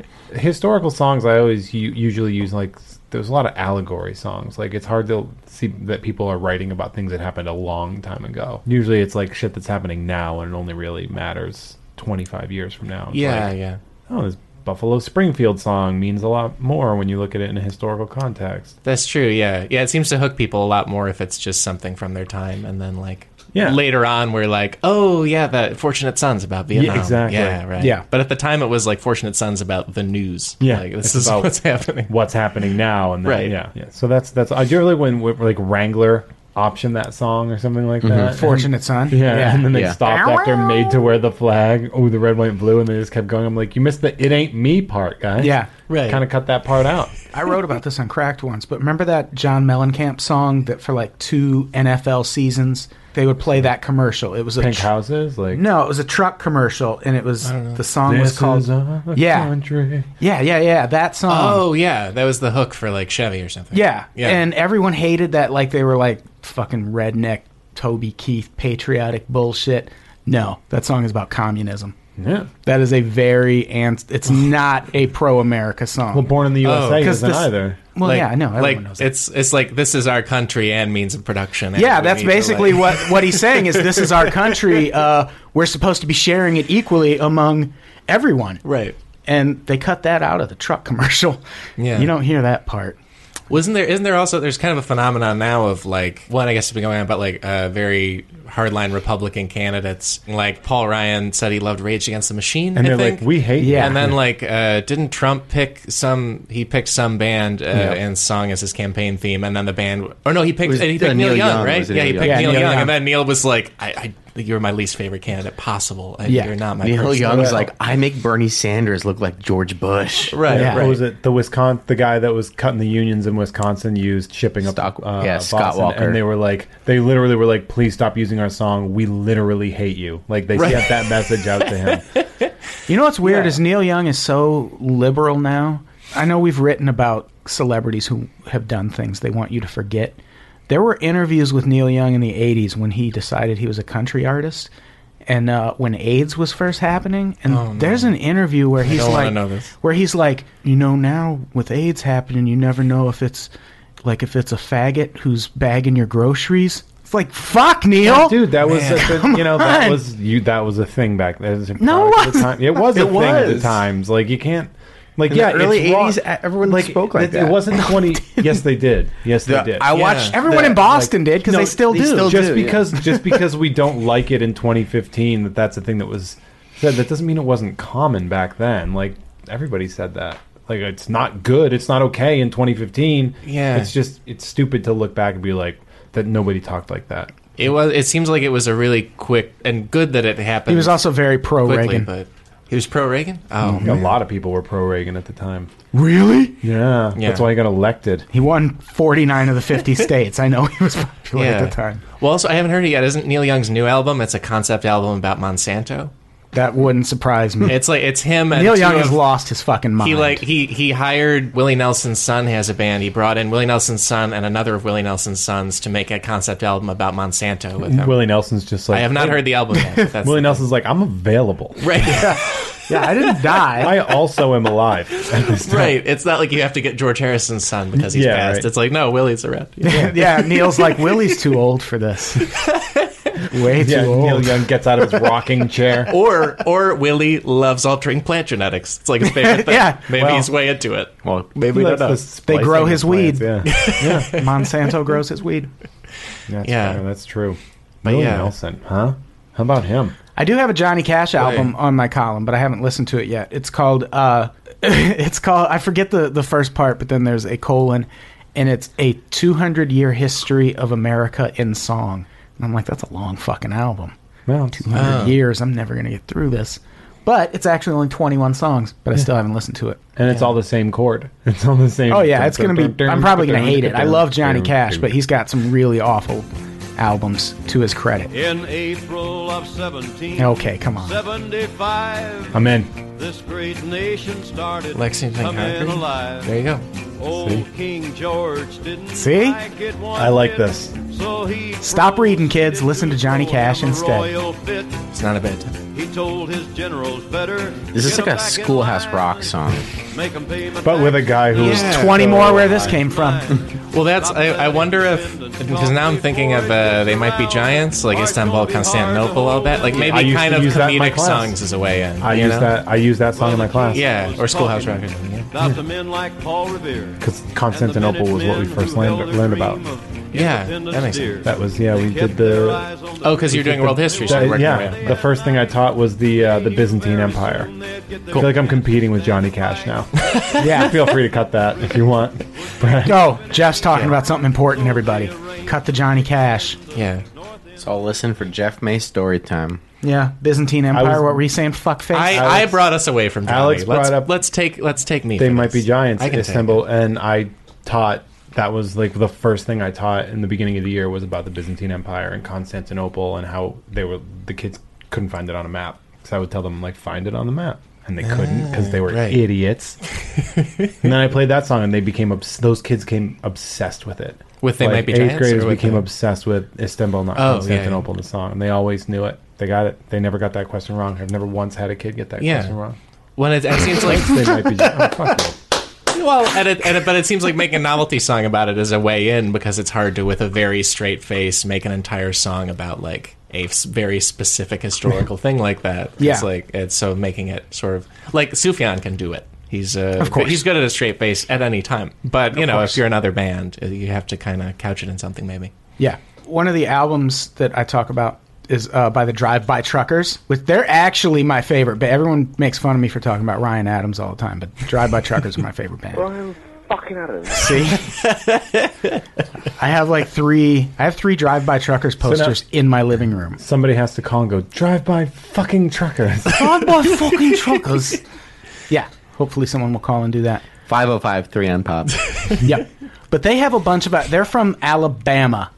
[SPEAKER 2] Historical songs, I always u- usually use like s- there's a lot of allegory songs. Like it's hard to see that people are writing about things that happened a long time ago. Usually, it's like shit that's happening now, and it only really matters 25 years from now. It's
[SPEAKER 3] Yeah,
[SPEAKER 2] like,
[SPEAKER 3] yeah.
[SPEAKER 2] oh, this Buffalo Springfield song means a lot more when you look at it in a historical context.
[SPEAKER 3] That's true. Yeah, yeah. It seems to hook people a lot more if it's just something from their time, and then like
[SPEAKER 2] Yeah.
[SPEAKER 3] later on we're like, oh yeah, that Fortunate Son's about Vietnam.
[SPEAKER 2] exactly.
[SPEAKER 3] Yeah, right.
[SPEAKER 1] Yeah.
[SPEAKER 3] But at the time it was like Fortunate Son's about the news.
[SPEAKER 2] Yeah,
[SPEAKER 3] like,
[SPEAKER 2] it's
[SPEAKER 3] this is
[SPEAKER 2] about-
[SPEAKER 3] what's happening.
[SPEAKER 2] What's happening now? And then,
[SPEAKER 3] Right.
[SPEAKER 2] yeah, yeah. So that's that's I generally when when, like Wrangler option that song or something like
[SPEAKER 3] Mm-hmm.
[SPEAKER 2] that.
[SPEAKER 1] Fortunate son.
[SPEAKER 2] Yeah, and then they
[SPEAKER 4] yeah.
[SPEAKER 2] stopped
[SPEAKER 1] Bow
[SPEAKER 2] after
[SPEAKER 1] wow.
[SPEAKER 2] made to wear the flag. Oh, the red, white, and blue, and they just kept going. I'm like, you missed the "it ain't me" part, guy.
[SPEAKER 1] Yeah.
[SPEAKER 3] Right.
[SPEAKER 2] Kind of cut that part out.
[SPEAKER 1] I wrote about this on Cracked once, but remember that John Mellencamp song that for like two NFL seasons they would play that commercial. It was a
[SPEAKER 2] Pink
[SPEAKER 1] tr-
[SPEAKER 2] houses, like
[SPEAKER 1] no, it was a truck commercial, and it was the song
[SPEAKER 2] This
[SPEAKER 1] was called
[SPEAKER 2] is our
[SPEAKER 1] Yeah.
[SPEAKER 2] country.
[SPEAKER 1] yeah yeah yeah that song
[SPEAKER 3] Oh yeah, that was the hook for like Chevy or something.
[SPEAKER 1] yeah.
[SPEAKER 3] yeah.
[SPEAKER 1] and everyone hated that like they were like fucking redneck Toby Keith patriotic bullshit. No, that song is about communism.
[SPEAKER 2] Yeah.
[SPEAKER 1] That is a very and it's not a pro America song.
[SPEAKER 2] Well, born in the USA
[SPEAKER 1] 'cause
[SPEAKER 2] isn't
[SPEAKER 1] this-
[SPEAKER 2] either.
[SPEAKER 1] Well,
[SPEAKER 3] Like-
[SPEAKER 1] yeah, I know. Everyone
[SPEAKER 3] Like
[SPEAKER 1] knows that.
[SPEAKER 3] it's it's like this is our country and means of production. and
[SPEAKER 1] Yeah,
[SPEAKER 3] we
[SPEAKER 1] that's
[SPEAKER 3] need to,
[SPEAKER 1] basically
[SPEAKER 3] like-
[SPEAKER 1] what, what he's saying is this is our country. Uh, we're supposed to be sharing it equally among everyone.
[SPEAKER 3] Right.
[SPEAKER 1] And they cut that out of the truck commercial.
[SPEAKER 3] Yeah.
[SPEAKER 1] You don't hear that part.
[SPEAKER 3] Wasn't there? Isn't there also? There's kind of a phenomenon now of like one. I guess has been going on about like uh, very hardline Republican candidates. Like Paul Ryan said, he loved Rage Against the Machine.
[SPEAKER 2] and
[SPEAKER 3] I
[SPEAKER 2] they're
[SPEAKER 3] think.
[SPEAKER 2] like, we hate. you.
[SPEAKER 1] Yeah.
[SPEAKER 3] And then like, uh, didn't Trump pick some? He picked some band uh, and song as his campaign theme, and then the band. Or no, he picked
[SPEAKER 4] was,
[SPEAKER 3] he picked
[SPEAKER 4] uh,
[SPEAKER 3] Neil,
[SPEAKER 4] Neil
[SPEAKER 3] Young,
[SPEAKER 4] Young,
[SPEAKER 3] right?
[SPEAKER 4] was it
[SPEAKER 3] Yeah, he
[SPEAKER 4] Neil
[SPEAKER 3] picked
[SPEAKER 1] Young?
[SPEAKER 3] Neil,
[SPEAKER 1] Yeah, Neil
[SPEAKER 3] Young,
[SPEAKER 1] Young.
[SPEAKER 3] and then Neil was like, I, I you're my least favorite candidate possible. I,
[SPEAKER 1] Yeah.
[SPEAKER 3] You're not my
[SPEAKER 4] Neil
[SPEAKER 3] person."
[SPEAKER 4] Young's like, I make Bernie Sanders look like George Bush.
[SPEAKER 3] Right,
[SPEAKER 1] Yeah.
[SPEAKER 2] What was it? The Wisconsin, the guy that was cutting the unions in Wisconsin used shipping up.
[SPEAKER 4] Stock-
[SPEAKER 2] uh,
[SPEAKER 4] yeah,
[SPEAKER 2] Boston,
[SPEAKER 4] Scott Walker.
[SPEAKER 2] And they were like, they literally were like, please stop using our song. We literally hate you. Like they sent that message out to him.
[SPEAKER 1] You know what's weird is Neil Young is so liberal now. I know we've written about celebrities who have done things they want you to forget. There were interviews with Neil Young in the 80s when he decided he was a country artist and uh, when AIDS was first happening and there's an interview where he's
[SPEAKER 3] Oh, don't wanna
[SPEAKER 1] like
[SPEAKER 3] know this.
[SPEAKER 1] where he's like, you know now with AIDS happening, you never know if it's like if it's a faggot who's bagging your groceries. It's like fuck Neil.
[SPEAKER 2] Dude, that was
[SPEAKER 3] Man.
[SPEAKER 2] such a, you know that
[SPEAKER 1] on.
[SPEAKER 2] was you that was a thing back then. was a
[SPEAKER 1] No, it
[SPEAKER 2] product of the
[SPEAKER 1] wasn't.
[SPEAKER 2] time. It was a
[SPEAKER 4] It
[SPEAKER 2] thing at the
[SPEAKER 4] was.
[SPEAKER 2] times. Like you can't like
[SPEAKER 4] In
[SPEAKER 2] yeah,
[SPEAKER 4] the early
[SPEAKER 2] it's wrong.
[SPEAKER 4] 80s, everyone spoke like
[SPEAKER 2] it,
[SPEAKER 4] that.
[SPEAKER 2] It wasn't twenty. yes, they did. Yes,
[SPEAKER 4] The-
[SPEAKER 2] they did.
[SPEAKER 4] I watched
[SPEAKER 1] Everyone
[SPEAKER 4] the-
[SPEAKER 1] in Boston did 'cause did because
[SPEAKER 4] no,
[SPEAKER 1] they still
[SPEAKER 4] they
[SPEAKER 1] do.
[SPEAKER 4] still
[SPEAKER 2] just
[SPEAKER 4] do, yeah.
[SPEAKER 2] because just because we don't like it in 2015 that that's a thing that was said that doesn't mean it wasn't common back then like everybody said that like it's not good it's not okay in 2015
[SPEAKER 3] Yeah.
[SPEAKER 2] it's just it's stupid to look back and be like that nobody talked like that
[SPEAKER 3] It was. It seems like it was a really quick and good that it happened.
[SPEAKER 1] He was also very pro
[SPEAKER 3] quickly,
[SPEAKER 1] Reagan. Mm-hmm.
[SPEAKER 3] but he was pro Reagan. Oh,
[SPEAKER 2] a lot of people were pro reagan at the time
[SPEAKER 1] Really?
[SPEAKER 2] yeah,
[SPEAKER 3] Yeah.
[SPEAKER 2] that's why he got elected
[SPEAKER 1] He won 49 of the 50 states. I know he was popular
[SPEAKER 3] yeah.
[SPEAKER 1] at the time.
[SPEAKER 3] Well, also I haven't heard it yet. Isn't Neil Young's new album? It's a concept album about Monsanto.
[SPEAKER 1] That wouldn't surprise me.
[SPEAKER 3] It's like it's him. And
[SPEAKER 1] Neil
[SPEAKER 3] two
[SPEAKER 1] Young
[SPEAKER 3] of-
[SPEAKER 1] has lost his fucking mind.
[SPEAKER 3] He like he he hired Willie Nelson's son has a band. He brought in Willie Nelson's son and another of Willie Nelson's sons to make a concept album about Monsanto with him.
[SPEAKER 2] willie nelson's just like
[SPEAKER 3] I have not
[SPEAKER 2] "Hey."
[SPEAKER 3] heard the album yet. but That's
[SPEAKER 2] willie nelson's like i'm available
[SPEAKER 3] Right,
[SPEAKER 1] yeah, I didn't die.
[SPEAKER 2] i also am alive at this time.
[SPEAKER 3] right. It's not like you have to get George Harrison's son because he's
[SPEAKER 2] Yeah,
[SPEAKER 3] passed.
[SPEAKER 2] right.
[SPEAKER 3] It's like no, Willie's around.
[SPEAKER 1] yeah. Neil's like, Willie's too old for this. Way too
[SPEAKER 2] yeah neil
[SPEAKER 1] old.
[SPEAKER 2] young gets out of his rocking chair
[SPEAKER 3] or or Willie loves altering plant genetics. It's like his favorite thing.
[SPEAKER 1] Yeah.
[SPEAKER 3] maybe
[SPEAKER 2] Well-
[SPEAKER 3] he's way into it.
[SPEAKER 4] Well,
[SPEAKER 2] maybe
[SPEAKER 1] don't know. They grow his weed.
[SPEAKER 2] yeah
[SPEAKER 1] Monsanto grows his weed.
[SPEAKER 2] That's
[SPEAKER 3] Yeah.
[SPEAKER 2] true, that's true.
[SPEAKER 3] But
[SPEAKER 2] Willie
[SPEAKER 3] yeah.
[SPEAKER 2] Nelson, huh? How about him?
[SPEAKER 1] I do have a Johnny Cash album on my column, but I haven't listened to it yet. It's called uh it's called I forget the the first part, but then there's a colon and it's a 200 year history of America in song. And I'm like that's a long fucking album.
[SPEAKER 2] Well,
[SPEAKER 1] 200 years. I'm never going to get through this. But it's actually only 21 songs, but I still haven't listened to it.
[SPEAKER 2] and it's all the same chord. It's all the same.
[SPEAKER 1] Oh yeah, it's going to be I'm probably going to hate it. I love Johnny Cash, but he's got some really awful albums to his credit.
[SPEAKER 6] In April of 1775,
[SPEAKER 1] Okay, come on.
[SPEAKER 2] I'm in.
[SPEAKER 6] this great nation started
[SPEAKER 3] Lexington
[SPEAKER 6] coming
[SPEAKER 3] Concord.
[SPEAKER 6] alive.
[SPEAKER 3] There you go.
[SPEAKER 6] Old King George didn't
[SPEAKER 1] See?
[SPEAKER 6] like it one
[SPEAKER 2] I like
[SPEAKER 6] bit,
[SPEAKER 2] this.
[SPEAKER 6] So he
[SPEAKER 1] Stop reading, kids.
[SPEAKER 6] proceeded
[SPEAKER 1] Listen to Johnny
[SPEAKER 6] throw him
[SPEAKER 1] Cash
[SPEAKER 6] a
[SPEAKER 1] instead.
[SPEAKER 6] royal fit.
[SPEAKER 3] It's not a bad time.
[SPEAKER 6] He told his generals better.
[SPEAKER 4] This is
[SPEAKER 6] get 'em
[SPEAKER 4] like a
[SPEAKER 6] back in
[SPEAKER 4] Schoolhouse
[SPEAKER 6] line,
[SPEAKER 4] Rock song.
[SPEAKER 6] Make 'em pay my
[SPEAKER 2] But with a
[SPEAKER 6] taxes.
[SPEAKER 2] guy who was
[SPEAKER 3] Yeah.
[SPEAKER 1] 20 more where this came from.
[SPEAKER 3] Well, that's. I, I wonder if because now I'm thinking of uh, they might be giants like Istanbul, Constantinople, all that. Like
[SPEAKER 2] I
[SPEAKER 3] maybe
[SPEAKER 2] used
[SPEAKER 3] kind
[SPEAKER 2] to
[SPEAKER 3] of
[SPEAKER 2] use that in my
[SPEAKER 3] comedic
[SPEAKER 2] class.
[SPEAKER 3] songs as a way in.
[SPEAKER 2] I
[SPEAKER 3] you
[SPEAKER 2] use
[SPEAKER 3] know?
[SPEAKER 2] that. I use that song in my class.
[SPEAKER 3] Yeah, or Schoolhouse Rock or something, yeah.
[SPEAKER 6] About the men like Paul Revere.
[SPEAKER 2] because Constantinople was what we first learned, learned about.
[SPEAKER 3] Yeah, that makes sense.
[SPEAKER 2] That was yeah. We did the
[SPEAKER 3] Oh, because you're doing world history. So
[SPEAKER 2] that-
[SPEAKER 3] you're working
[SPEAKER 2] yeah.
[SPEAKER 3] around.
[SPEAKER 2] The first thing I taught was the uh, the Byzantine Empire. I feel like I'm competing with Johnny Cash now. yeah, feel free to cut that if you want. Brad.
[SPEAKER 1] Oh, Jeff's talking about something important, everybody. Cut the Johnny Cash.
[SPEAKER 3] yeah.
[SPEAKER 4] so I'll listen for Jeff May story time.
[SPEAKER 1] Yeah, Byzantine Empire.
[SPEAKER 2] was-
[SPEAKER 1] what were you saying? Fuckface.
[SPEAKER 3] I, I brought us away from Johnny.
[SPEAKER 2] Alex
[SPEAKER 3] let's,
[SPEAKER 2] brought up-
[SPEAKER 3] let's take let's take me.
[SPEAKER 2] they
[SPEAKER 3] for
[SPEAKER 2] might be
[SPEAKER 3] this.
[SPEAKER 2] giants
[SPEAKER 3] I
[SPEAKER 2] in
[SPEAKER 3] can take
[SPEAKER 2] Istanbul, and I taught that was like the first thing I taught in the beginning of the year was about the Byzantine Empire and Constantinople and how they were the kids couldn't find it on a map because I would tell them like find it on the map and they couldn't because they were
[SPEAKER 3] Ah, right.
[SPEAKER 2] idiots. and then I played that song and they became obs- those kids came obsessed with it.
[SPEAKER 3] With They
[SPEAKER 2] Like,
[SPEAKER 3] Might Be
[SPEAKER 2] eighth
[SPEAKER 3] Giants or
[SPEAKER 2] graders
[SPEAKER 3] with
[SPEAKER 2] became
[SPEAKER 3] the-
[SPEAKER 2] obsessed with Istanbul, not
[SPEAKER 3] Oh, yeah, yeah.
[SPEAKER 2] Constantinople, the song, and they always knew it. They got it. They never got that question wrong. I've never once had a kid get that
[SPEAKER 3] Yeah.
[SPEAKER 2] question wrong.
[SPEAKER 3] When it, it seems like
[SPEAKER 2] They might be. Oh, fuck you.
[SPEAKER 3] well, and it, and it, but it seems like making a novelty song about it is a way in because it's hard to, with a very straight face, make an entire song about like a s- very specific historical thing like that.
[SPEAKER 1] Yeah.
[SPEAKER 3] It's like it's so making it sort of like Sufjan can do it. He He's uh,
[SPEAKER 1] Of course.
[SPEAKER 3] he's good at a straight face at any time. But you know,
[SPEAKER 1] course.
[SPEAKER 3] if you're another band, uh, you have to kind of couch it in something maybe.
[SPEAKER 1] Yeah. One of the albums that I talk about is uh, by the Drive By Truckers, which they're actually my favorite. But everyone makes fun of me for talking about Ryan Adams all the time. But Drive By Truckers are my favorite band.
[SPEAKER 5] Brian fucking Adams.
[SPEAKER 1] See, I have like three. I have three Drive By Truckers posters in my living room.
[SPEAKER 2] Somebody has to call and go drive by fucking truckers.
[SPEAKER 1] Drive By fucking truckers. Yeah. Hopefully, someone will call and do that.
[SPEAKER 4] 505 3 on pop.
[SPEAKER 1] Yep. But they have a bunch about. They're from Alabama.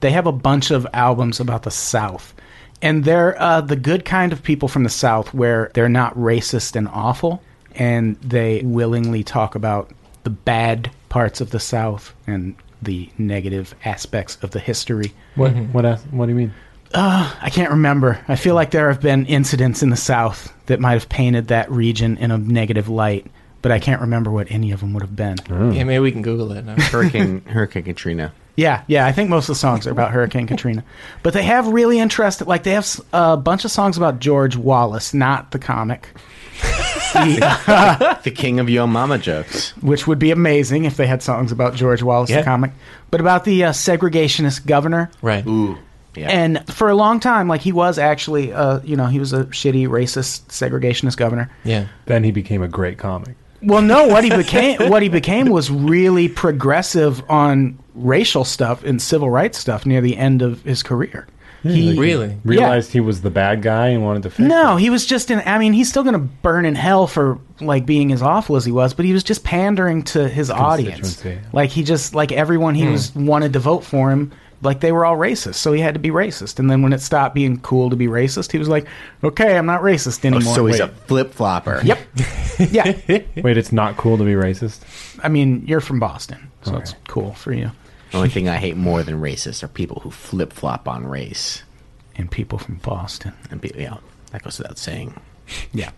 [SPEAKER 1] They have a bunch of albums about the South, and they're uh, the good kind of people from the South, where they're not racist and awful, and they willingly talk about the bad parts of the South and the negative aspects of the history.
[SPEAKER 2] what? What? Else, what do you mean?
[SPEAKER 1] I can't remember. I feel like there have been incidents in the South that might have painted that region in a negative light, but I can't remember what any of them would have been.
[SPEAKER 3] Yeah, maybe we can Google it. Now.
[SPEAKER 4] Hurricane, Hurricane Katrina.
[SPEAKER 1] Yeah, yeah. I think most of the songs are about Hurricane Katrina, but they have really interesting. Like they have s- a bunch of songs about George Wallace, not the comic,
[SPEAKER 4] The king of yo mama jokes.
[SPEAKER 1] which would be amazing if they had songs about George Wallace,
[SPEAKER 3] Yeah.
[SPEAKER 1] the comic, but about the uh, segregationist governor.
[SPEAKER 3] right.
[SPEAKER 4] Ooh. Yeah.
[SPEAKER 1] And for a long time, like he was actually, uh, you know, he was a shitty, racist, segregationist governor.
[SPEAKER 3] Yeah.
[SPEAKER 2] Then he became a great comic.
[SPEAKER 1] Well, no, what he became what he became was really progressive on racial stuff and civil rights stuff near the end of his career. He
[SPEAKER 3] Really?
[SPEAKER 2] Realized he was the bad guy and wanted to fix.
[SPEAKER 1] No,
[SPEAKER 2] it.
[SPEAKER 1] he was just in. I mean, he's still going to burn in hell for like being as awful as he was, but he was just pandering to his audience.
[SPEAKER 2] Constituency.
[SPEAKER 1] Like he just like everyone
[SPEAKER 4] Hmm.
[SPEAKER 1] he was wanted to vote for him. Like they were all racist, so he had to be racist. And then when it stopped being cool to be racist, he was like, "Okay, I'm not racist
[SPEAKER 4] Oh,
[SPEAKER 1] anymore."
[SPEAKER 4] so he's
[SPEAKER 1] Wait.
[SPEAKER 4] a flip flopper.
[SPEAKER 1] Yep. yeah.
[SPEAKER 2] Wait, it's not cool to be racist.
[SPEAKER 1] I mean, you're from Boston, so it's
[SPEAKER 2] Okay.
[SPEAKER 1] cool for you.
[SPEAKER 4] The only thing I hate more than racists are people who flip flop on race.
[SPEAKER 1] And people from Boston.
[SPEAKER 4] And be, yeah, that goes without saying.
[SPEAKER 1] Yeah.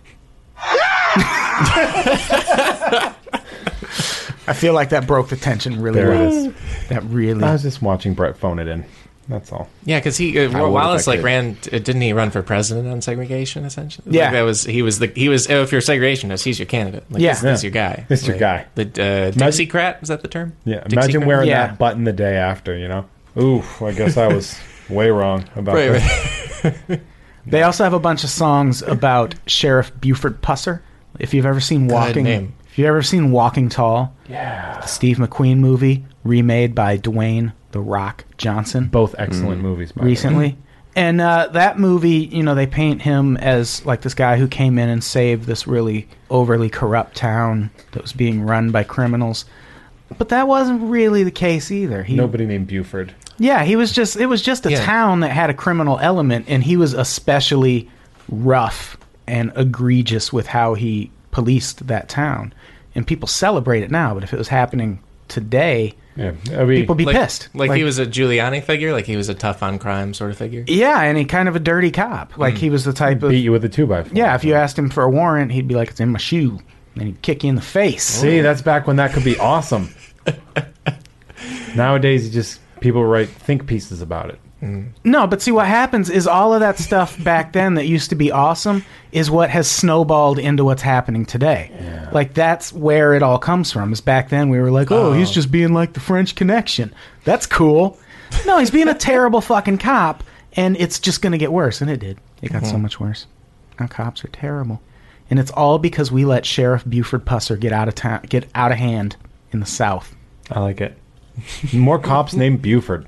[SPEAKER 1] I feel like that broke the tension really
[SPEAKER 2] There it
[SPEAKER 1] well.
[SPEAKER 2] is. Uh,
[SPEAKER 1] That really.
[SPEAKER 2] I was just watching Brett phone it in. That's all.
[SPEAKER 3] Yeah, because he uh,
[SPEAKER 4] would if
[SPEAKER 3] Wallace
[SPEAKER 4] I
[SPEAKER 3] like
[SPEAKER 4] could.
[SPEAKER 3] ran. uh, Didn't he run for president on segregation? Essentially, Like,
[SPEAKER 1] Yeah.
[SPEAKER 3] that was he was the he was. Oh, if you're a segregationist, he's your candidate. Like,
[SPEAKER 1] Yeah.
[SPEAKER 3] this, this
[SPEAKER 2] Yeah.
[SPEAKER 3] your guy.
[SPEAKER 2] This your guy.
[SPEAKER 3] The uh, Dixiecrat is that the term?
[SPEAKER 2] Yeah,
[SPEAKER 3] Dixiecrat?
[SPEAKER 2] imagine wearing
[SPEAKER 1] Yeah.
[SPEAKER 2] that button the day after. You know. Oof. I guess I was way wrong about
[SPEAKER 3] Right,
[SPEAKER 2] this.
[SPEAKER 3] right.
[SPEAKER 1] They also have a bunch of songs about Sheriff Buford Pusser. If you've ever seen Walking,
[SPEAKER 3] name.
[SPEAKER 1] if you've ever seen Walking Tall,
[SPEAKER 2] Yeah.
[SPEAKER 1] the Steve McQueen movie remade by Dwayne the Rock Johnson
[SPEAKER 2] Both excellent movies. By the way.
[SPEAKER 1] Mm.
[SPEAKER 3] Mm-hmm.
[SPEAKER 1] recently, and uh, that movie, you know, they paint him as like this guy who came in and saved this really overly corrupt town that was being run by criminals. But that wasn't really the case either. He,
[SPEAKER 2] Nobody named Buford.
[SPEAKER 1] yeah, he was just it was just a
[SPEAKER 3] Yeah.
[SPEAKER 1] town that had a criminal element and he was especially rough and egregious with how he policed that town. And people celebrate it now, but if it was happening today,
[SPEAKER 2] Yeah. I mean,
[SPEAKER 1] people be
[SPEAKER 3] Like,
[SPEAKER 1] pissed.
[SPEAKER 3] Like, he was a Giuliani figure. Like he was a tough on crime sort of figure.
[SPEAKER 1] Yeah, and he kind of a dirty cop.
[SPEAKER 3] Mm.
[SPEAKER 1] Like he was the type of
[SPEAKER 2] beat you with a two by four.
[SPEAKER 1] Yeah, if you asked him for a warrant, he'd be like, It's in my shoe and he'd kick you in the face.
[SPEAKER 2] See, that's back when that could be awesome. Nowadays, you just people write think pieces about it.
[SPEAKER 1] No, but see what happens is all of that stuff back then that used to be awesome is what has snowballed into what's happening today. Like that's where it all comes from. Is back then we were like, "Oh, he's just being like the French Connection. That's cool." No, he's being a terrible fucking cop, and it's just going to get worse, and it did. It got so much worse. Now cops are terrible, and it's all because we let Sheriff Buford Pusser get out of town, get out of hand in the South.
[SPEAKER 2] I like it. More cops named Buford.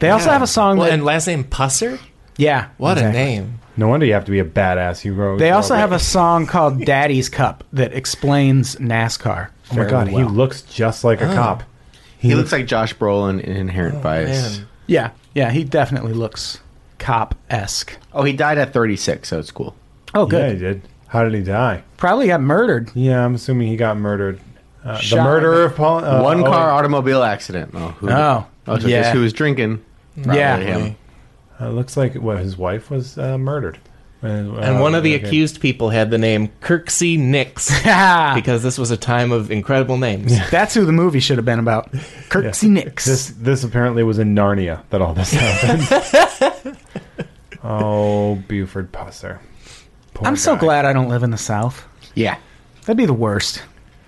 [SPEAKER 1] They also have a song
[SPEAKER 3] Well,
[SPEAKER 1] that,
[SPEAKER 3] and last name Pusser.
[SPEAKER 1] yeah,
[SPEAKER 3] What
[SPEAKER 1] exactly.
[SPEAKER 3] a name.
[SPEAKER 2] No wonder you have to be a badass. You wrote.
[SPEAKER 1] They also have a song called "Daddy's Cup" that explains NASCAR.
[SPEAKER 2] Oh my god, he looks just like a cop.
[SPEAKER 4] He looks like Josh Brolin in Inherent Vice.
[SPEAKER 3] Man.
[SPEAKER 1] yeah, yeah, he definitely looks cop esque.
[SPEAKER 4] Oh, he died at 36, so it's cool.
[SPEAKER 1] Oh,
[SPEAKER 2] Yeah,
[SPEAKER 1] good.
[SPEAKER 2] he did. How did he die?
[SPEAKER 1] Probably got murdered.
[SPEAKER 2] Yeah, I'm assuming he got murdered. Uh, the
[SPEAKER 1] Shot.
[SPEAKER 2] murderer of Paul. Uh,
[SPEAKER 4] One
[SPEAKER 2] oh,
[SPEAKER 4] car automobile accident. Oh, who,
[SPEAKER 1] Oh,
[SPEAKER 4] oh so
[SPEAKER 1] yeah.
[SPEAKER 4] just who was drinking?
[SPEAKER 1] Yeah.
[SPEAKER 4] him.
[SPEAKER 2] uh, looks like what his wife was uh, murdered. Uh, And,
[SPEAKER 3] And one of the accused people had the name Kirksey Nix because this was a time of incredible names.
[SPEAKER 1] That's who the movie should have been about. Kirksey Nix.
[SPEAKER 2] This this apparently was in Narnia that all this happened. oh, Buford Pusser. Poor
[SPEAKER 1] I'm so
[SPEAKER 2] guy.
[SPEAKER 1] glad I don't live in the South.
[SPEAKER 4] Yeah.
[SPEAKER 1] That'd be the worst.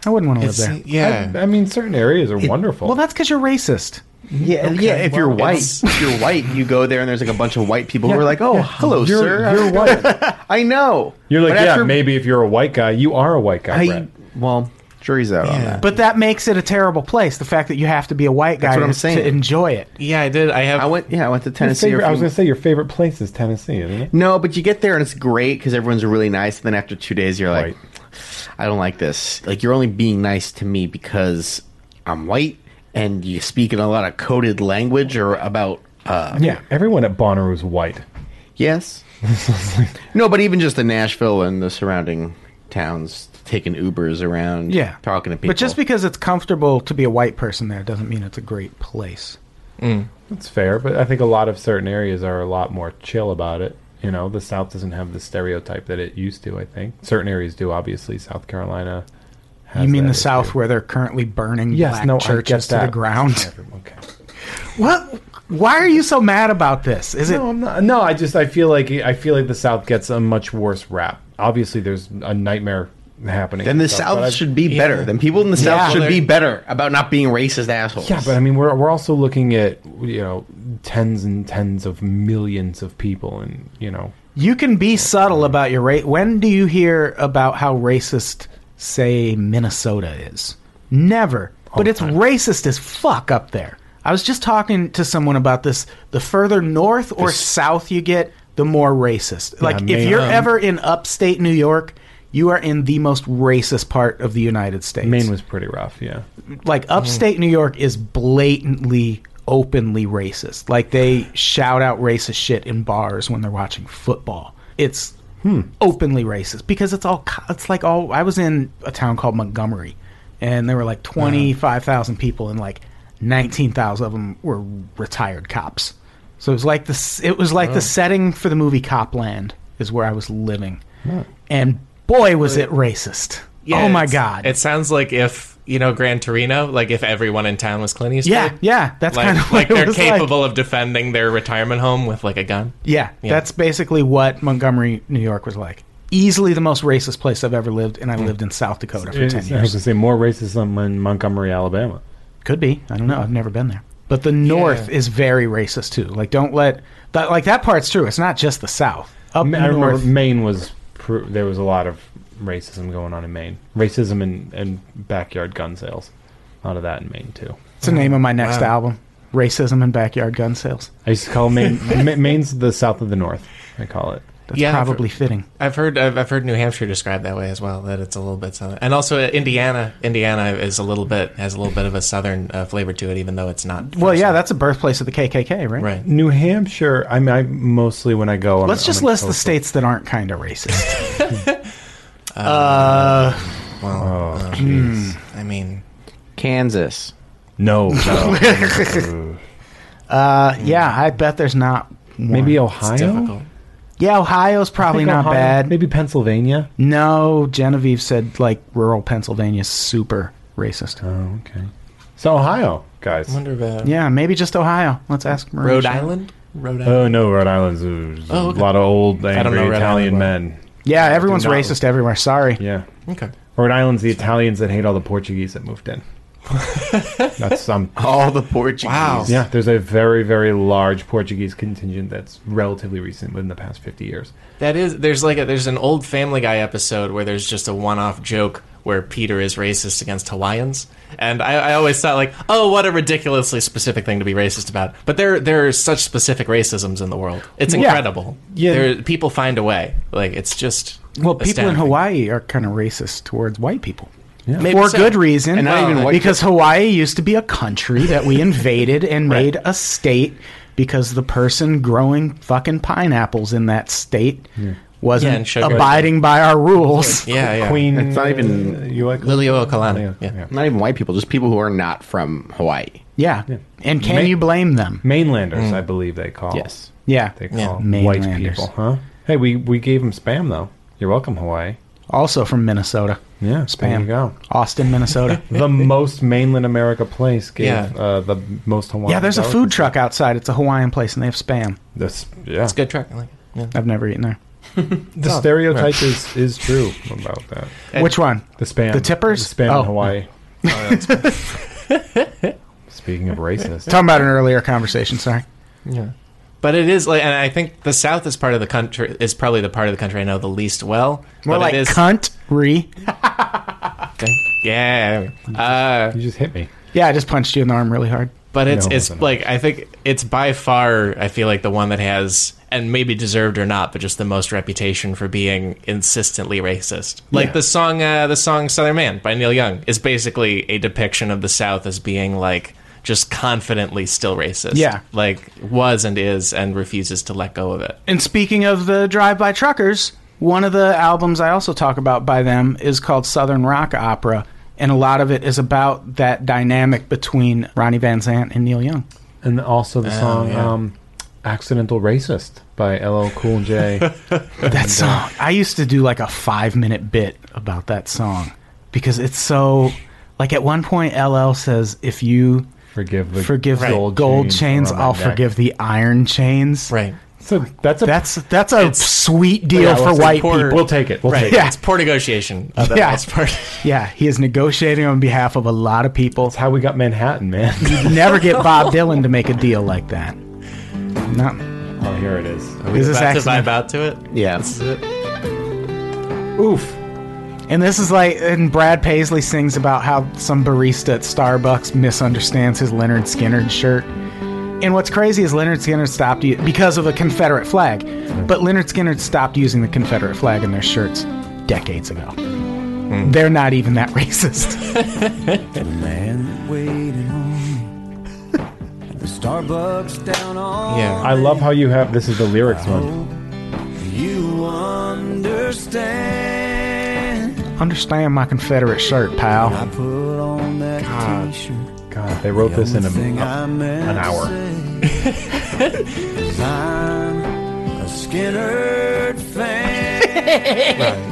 [SPEAKER 1] I wouldn't want to live
[SPEAKER 3] It's-
[SPEAKER 1] there.
[SPEAKER 3] yeah.
[SPEAKER 2] I, I mean, certain areas are wonderful.
[SPEAKER 1] Well, that's because you're racist.
[SPEAKER 4] Yeah, yeah. If you're white,
[SPEAKER 3] it's-
[SPEAKER 4] if you're white, you go there and there's like a bunch of white people who
[SPEAKER 1] Yeah,
[SPEAKER 4] are like, "Oh,
[SPEAKER 1] yeah.
[SPEAKER 4] hello,
[SPEAKER 2] You're-
[SPEAKER 4] sir. How's
[SPEAKER 2] you're
[SPEAKER 4] it going?" I know.
[SPEAKER 2] You're like,
[SPEAKER 4] But
[SPEAKER 2] yeah,
[SPEAKER 4] after-
[SPEAKER 2] maybe if you're a white guy, you are a white guy.
[SPEAKER 4] I,
[SPEAKER 2] Brett.
[SPEAKER 4] well, jury's out on
[SPEAKER 3] Yeah.
[SPEAKER 4] that.
[SPEAKER 1] But that makes it a terrible place. The fact that you have to be a white guy
[SPEAKER 4] That's what I'm
[SPEAKER 1] to-
[SPEAKER 4] saying.
[SPEAKER 1] to enjoy it.
[SPEAKER 3] Yeah, I did. I have.
[SPEAKER 4] I went. Yeah, I went to Tennessee.
[SPEAKER 2] Favorite-
[SPEAKER 4] a
[SPEAKER 2] I
[SPEAKER 4] few-
[SPEAKER 2] was going to say your favorite place is Tennessee, isn't
[SPEAKER 1] Mm-hmm.
[SPEAKER 2] it?
[SPEAKER 4] no, but you get there and it's great because everyone's really nice. And then after two days, you're like,
[SPEAKER 2] Right.
[SPEAKER 4] I don't like this. Like you're only being nice to me because I'm white and you speak in a lot of coded language or about uh,
[SPEAKER 2] Yeah, everyone at Bonnaroo is white.
[SPEAKER 4] Yes. no, but even just in Nashville and the surrounding towns, taking Ubers around,
[SPEAKER 1] Yeah.
[SPEAKER 4] talking to people.
[SPEAKER 1] But just because it's comfortable to be a white person there doesn't mean it's a great place.
[SPEAKER 2] That's fair, but I think a lot of certain areas are a lot more chill about it. You know, the South doesn't have the stereotype that it used to. I think certain areas do. Obviously, South Carolina. Has
[SPEAKER 1] You mean
[SPEAKER 2] that
[SPEAKER 1] the
[SPEAKER 2] issue.
[SPEAKER 1] South where they're currently burning
[SPEAKER 2] Yes,
[SPEAKER 1] black
[SPEAKER 2] no, I get
[SPEAKER 1] churches to the
[SPEAKER 2] that.
[SPEAKER 1] ground?
[SPEAKER 2] Okay.
[SPEAKER 1] what? Why are you so mad about this? Is
[SPEAKER 2] No,
[SPEAKER 1] it?
[SPEAKER 2] I'm not. No, I just I feel like I feel like the South gets a much worse rap. Obviously, there's a nightmare happening.
[SPEAKER 4] then the
[SPEAKER 2] So- but I-
[SPEAKER 4] South should be better. Then people in the South
[SPEAKER 1] Yeah.
[SPEAKER 4] should be better about not being racist assholes.
[SPEAKER 2] Yeah, but I mean, we're we're also looking at you know tens and tens of millions of people, and you know,
[SPEAKER 1] You can be subtle about your rate. When do you hear about how racist, say, Minnesota is? Never. but it's racist as fuck up there. I was just talking to someone about this. The further north or south you get, the more racist. like, if
[SPEAKER 2] man.
[SPEAKER 1] you're ever in upstate New York, you are in the most racist part of the United States.
[SPEAKER 2] Maine was pretty rough. Yeah,
[SPEAKER 1] like
[SPEAKER 3] Mm.
[SPEAKER 1] upstate New York is blatantly openly racist. Like they shout out racist shit in bars when they're watching football. It's
[SPEAKER 3] Hmm.
[SPEAKER 1] openly racist because it's all co- it's like all I was in a town called Montgomery and there were like
[SPEAKER 3] Uh-huh.
[SPEAKER 1] 25,000 people and like 19,000 of them were retired cops. So it was like this it was like the setting for the movie Copland is where I was living. And boy was it racist.
[SPEAKER 3] Yeah,
[SPEAKER 1] oh my
[SPEAKER 3] it's-
[SPEAKER 1] god.
[SPEAKER 3] It sounds like if you know Gran Torino, like if everyone in town was Clint Eastwood.
[SPEAKER 1] Yeah, yeah, that's
[SPEAKER 3] Like,
[SPEAKER 1] kind of
[SPEAKER 3] like
[SPEAKER 1] what it
[SPEAKER 3] they're
[SPEAKER 1] was
[SPEAKER 3] capable of defending their retirement home with like a gun.
[SPEAKER 1] Yeah,
[SPEAKER 3] Yeah.
[SPEAKER 1] that's basically what Montgomery, New York was like. Easily the most racist place I've ever lived,
[SPEAKER 3] Mm.
[SPEAKER 1] and I lived in South Dakota for
[SPEAKER 2] It's-
[SPEAKER 1] ten
[SPEAKER 2] I was
[SPEAKER 1] years.
[SPEAKER 2] gonna say more racism in Montgomery, Alabama.
[SPEAKER 1] Could be. I don't know. I've never been there. But the North is very racist too. Like, don't let that. Like that part's true. It's not just the South. Up
[SPEAKER 2] Ma- I remember
[SPEAKER 1] north,
[SPEAKER 2] Maine was pr- there was a lot of racism going on in Maine. Racism and and backyard gun sales. A lot of that in Maine too.
[SPEAKER 1] it's the name of my next album: "Racism and Backyard Gun Sales."
[SPEAKER 2] I used to call Maine Ma- Maine's the south of the north. I call it.
[SPEAKER 1] That's
[SPEAKER 3] Yeah, I've-
[SPEAKER 1] probably fitting.
[SPEAKER 3] I've heard I've, I've heard New Hampshire described that way as well. That it's a little bit southern, and also uh, Indiana. Indiana is a little bit has a little bit of a southern uh, flavor to it, even though it's not.
[SPEAKER 1] Well, yeah, that's the birthplace of the KKK, right?
[SPEAKER 3] right.
[SPEAKER 2] New Hampshire. I mean, I mostly when I go. I'm-
[SPEAKER 1] Let's just
[SPEAKER 2] I'm
[SPEAKER 1] list the
[SPEAKER 2] coastal.
[SPEAKER 1] states that aren't kind of racist.
[SPEAKER 3] Well, uh,
[SPEAKER 2] Oh, jeez.
[SPEAKER 3] I mean,
[SPEAKER 4] Kansas.
[SPEAKER 2] No.
[SPEAKER 1] Uh, yeah, I bet there's not. One.
[SPEAKER 2] Maybe
[SPEAKER 3] it's
[SPEAKER 2] Ohio.
[SPEAKER 3] difficult.
[SPEAKER 1] yeah, Ohio's probably
[SPEAKER 2] think
[SPEAKER 1] not
[SPEAKER 2] Ohio-
[SPEAKER 1] bad.
[SPEAKER 2] Maybe Pennsylvania.
[SPEAKER 1] No, Genevieve said like rural Pennsylvania's super racist.
[SPEAKER 2] Oh, okay. So Ohio, guys.
[SPEAKER 3] I wonder about
[SPEAKER 1] Yeah, maybe just Ohio. Let's ask Maria.
[SPEAKER 3] Rhode
[SPEAKER 1] Shah.
[SPEAKER 3] Island. Rhode
[SPEAKER 1] Uh,
[SPEAKER 3] Island.
[SPEAKER 2] Oh no, Rhode Island's a,
[SPEAKER 3] Oh, okay.
[SPEAKER 2] a lot of old
[SPEAKER 3] don't know
[SPEAKER 2] angry
[SPEAKER 3] Rhode
[SPEAKER 2] Italian
[SPEAKER 3] Island well.
[SPEAKER 2] men.
[SPEAKER 1] Yeah, everyone's
[SPEAKER 3] not-
[SPEAKER 1] racist everywhere. Sorry.
[SPEAKER 2] Yeah,
[SPEAKER 3] okay.
[SPEAKER 2] Rhode Island's the Italians that hate all the Portuguese that moved in. that's some.
[SPEAKER 4] All the Portuguese.
[SPEAKER 3] Wow.
[SPEAKER 2] Yeah, there's a very very large Portuguese contingent that's relatively recent within the past 50 years.
[SPEAKER 3] That is, there's like a, there's an old Family Guy episode where there's just a one-off joke where Peter is racist against Hawaiians, and I, I always thought like, oh, what a ridiculously specific thing to be racist about. But there there are such specific racisms in the world. It's incredible.
[SPEAKER 2] Yeah.
[SPEAKER 3] there, people find a way. Like it's just
[SPEAKER 1] Well, people in
[SPEAKER 3] astounding.
[SPEAKER 1] Hawaii are kind of racist towards white people.
[SPEAKER 3] Maybe
[SPEAKER 1] For
[SPEAKER 3] so.
[SPEAKER 1] good reason,
[SPEAKER 4] And not even white
[SPEAKER 1] because Hawaii used to be a country that we invaded and made a state because the person growing fucking pineapples in that state
[SPEAKER 3] Yeah,
[SPEAKER 1] wasn't
[SPEAKER 3] and sugar.
[SPEAKER 1] abiding by our rules.
[SPEAKER 3] Yeah, yeah.
[SPEAKER 2] Queen.
[SPEAKER 4] It's not even-
[SPEAKER 2] you like
[SPEAKER 3] Lilio Kalani. Yeah.
[SPEAKER 4] Not even white people, just people who are not from Hawaii.
[SPEAKER 1] Yeah. And can
[SPEAKER 2] Ma-
[SPEAKER 1] you blame them?
[SPEAKER 2] Mainlanders, I believe they call.
[SPEAKER 4] Yes.
[SPEAKER 1] Yeah.
[SPEAKER 2] They
[SPEAKER 3] Mm. Yeah.
[SPEAKER 2] call white
[SPEAKER 1] Mainlanders.
[SPEAKER 2] people, huh? Hey, we we gave them spam though. You're welcome, Hawaii.
[SPEAKER 1] Also from Minnesota.
[SPEAKER 2] Yeah, There
[SPEAKER 1] Spam.
[SPEAKER 2] you go.
[SPEAKER 1] Austin, Minnesota.
[SPEAKER 2] the most mainland America place gave
[SPEAKER 3] Yeah.
[SPEAKER 2] uh, the most Hawaiian.
[SPEAKER 1] yeah, there's a food truck outside. It's a Hawaiian place and they have spam.
[SPEAKER 2] This, yeah,
[SPEAKER 3] It's a good track. I like it. Yeah.
[SPEAKER 1] I've never eaten there.
[SPEAKER 2] The stereotype is, is true about that.
[SPEAKER 1] Which one?
[SPEAKER 2] The spam.
[SPEAKER 1] The tippers?
[SPEAKER 2] The spam
[SPEAKER 1] Oh.
[SPEAKER 2] in Hawaii. Speaking of racist.
[SPEAKER 1] Talking about an earlier conversation. Sorry.
[SPEAKER 3] But it is like, and I think the South is part of the country is probably the part of the country I know the least well.
[SPEAKER 1] More
[SPEAKER 3] but
[SPEAKER 1] like
[SPEAKER 3] it is,
[SPEAKER 1] cunt re.
[SPEAKER 3] yeah. Uh,
[SPEAKER 2] You just hit me.
[SPEAKER 1] Yeah, I just punched you in the arm really hard.
[SPEAKER 3] but it's
[SPEAKER 2] No, it
[SPEAKER 3] it's
[SPEAKER 2] wasn't.
[SPEAKER 3] like I think it's by far I feel like the one that has and maybe deserved or not, but just the most reputation for being insistently racist. Like the song, uh, the song "Southern Man" by Neil Young is basically a depiction of the South as being like just confidently still racist.
[SPEAKER 1] Yeah.
[SPEAKER 3] like was and is and refuses to let go of it.
[SPEAKER 1] And speaking of the drive-by truckers, one of the albums I also talk about by them is called Southern Rock Opera, and a lot of it is about that dynamic between Ronnie Van Zant and Neil Young.
[SPEAKER 2] And also the song
[SPEAKER 3] Oh, yeah.
[SPEAKER 2] um, Accidental Racist by LL Cool J.
[SPEAKER 1] That
[SPEAKER 2] uh,
[SPEAKER 1] song, I used to do like a five-minute bit about that song because it's so. Like at one point, LL says, "If you
[SPEAKER 2] Forgive the
[SPEAKER 1] forgive the
[SPEAKER 2] gold
[SPEAKER 1] gold,
[SPEAKER 2] chains
[SPEAKER 1] chains,
[SPEAKER 2] around my
[SPEAKER 1] I'll
[SPEAKER 2] neck.
[SPEAKER 1] forgive the iron chains."
[SPEAKER 3] Right.
[SPEAKER 2] So that's a
[SPEAKER 1] That's that's a sweet deal
[SPEAKER 2] Yeah,
[SPEAKER 1] for
[SPEAKER 2] let's
[SPEAKER 1] white
[SPEAKER 2] import-
[SPEAKER 1] people.
[SPEAKER 2] We'll take it. We'll
[SPEAKER 3] Right.
[SPEAKER 2] take it.
[SPEAKER 1] Yeah.
[SPEAKER 3] It's poor negotiation. Uh, that
[SPEAKER 1] Yeah.
[SPEAKER 3] last part.
[SPEAKER 1] Yeah, he is negotiating on behalf of a lot of people.
[SPEAKER 2] That's how we got Manhattan, man.
[SPEAKER 1] Never get Bob Dylan to make a deal like that. No,
[SPEAKER 2] oh, here it is.
[SPEAKER 1] is this
[SPEAKER 3] About to
[SPEAKER 1] accident?
[SPEAKER 3] vibe out to it.
[SPEAKER 4] Yeah.
[SPEAKER 2] Oof.
[SPEAKER 1] And this is like, and Brad Paisley sings about how some barista at Starbucks misunderstands his Leonard Skinner shirt. And what's crazy is Leonard Skinner stopped u- because of a Confederate flag, but Leonard Skinner stopped using the Confederate flag in their shirts decades ago. They're not even that racist.
[SPEAKER 7] Starbucks down on
[SPEAKER 3] Yeah.
[SPEAKER 2] I love how you have this is the lyrics one.
[SPEAKER 7] you understand.
[SPEAKER 1] Understand my Confederate shirt, pal.
[SPEAKER 7] I put on that t-shirt.
[SPEAKER 2] God, they wrote this in a,
[SPEAKER 7] Thing I meant
[SPEAKER 2] an
[SPEAKER 7] to
[SPEAKER 2] hour.
[SPEAKER 7] say. I'm a Skinner fan.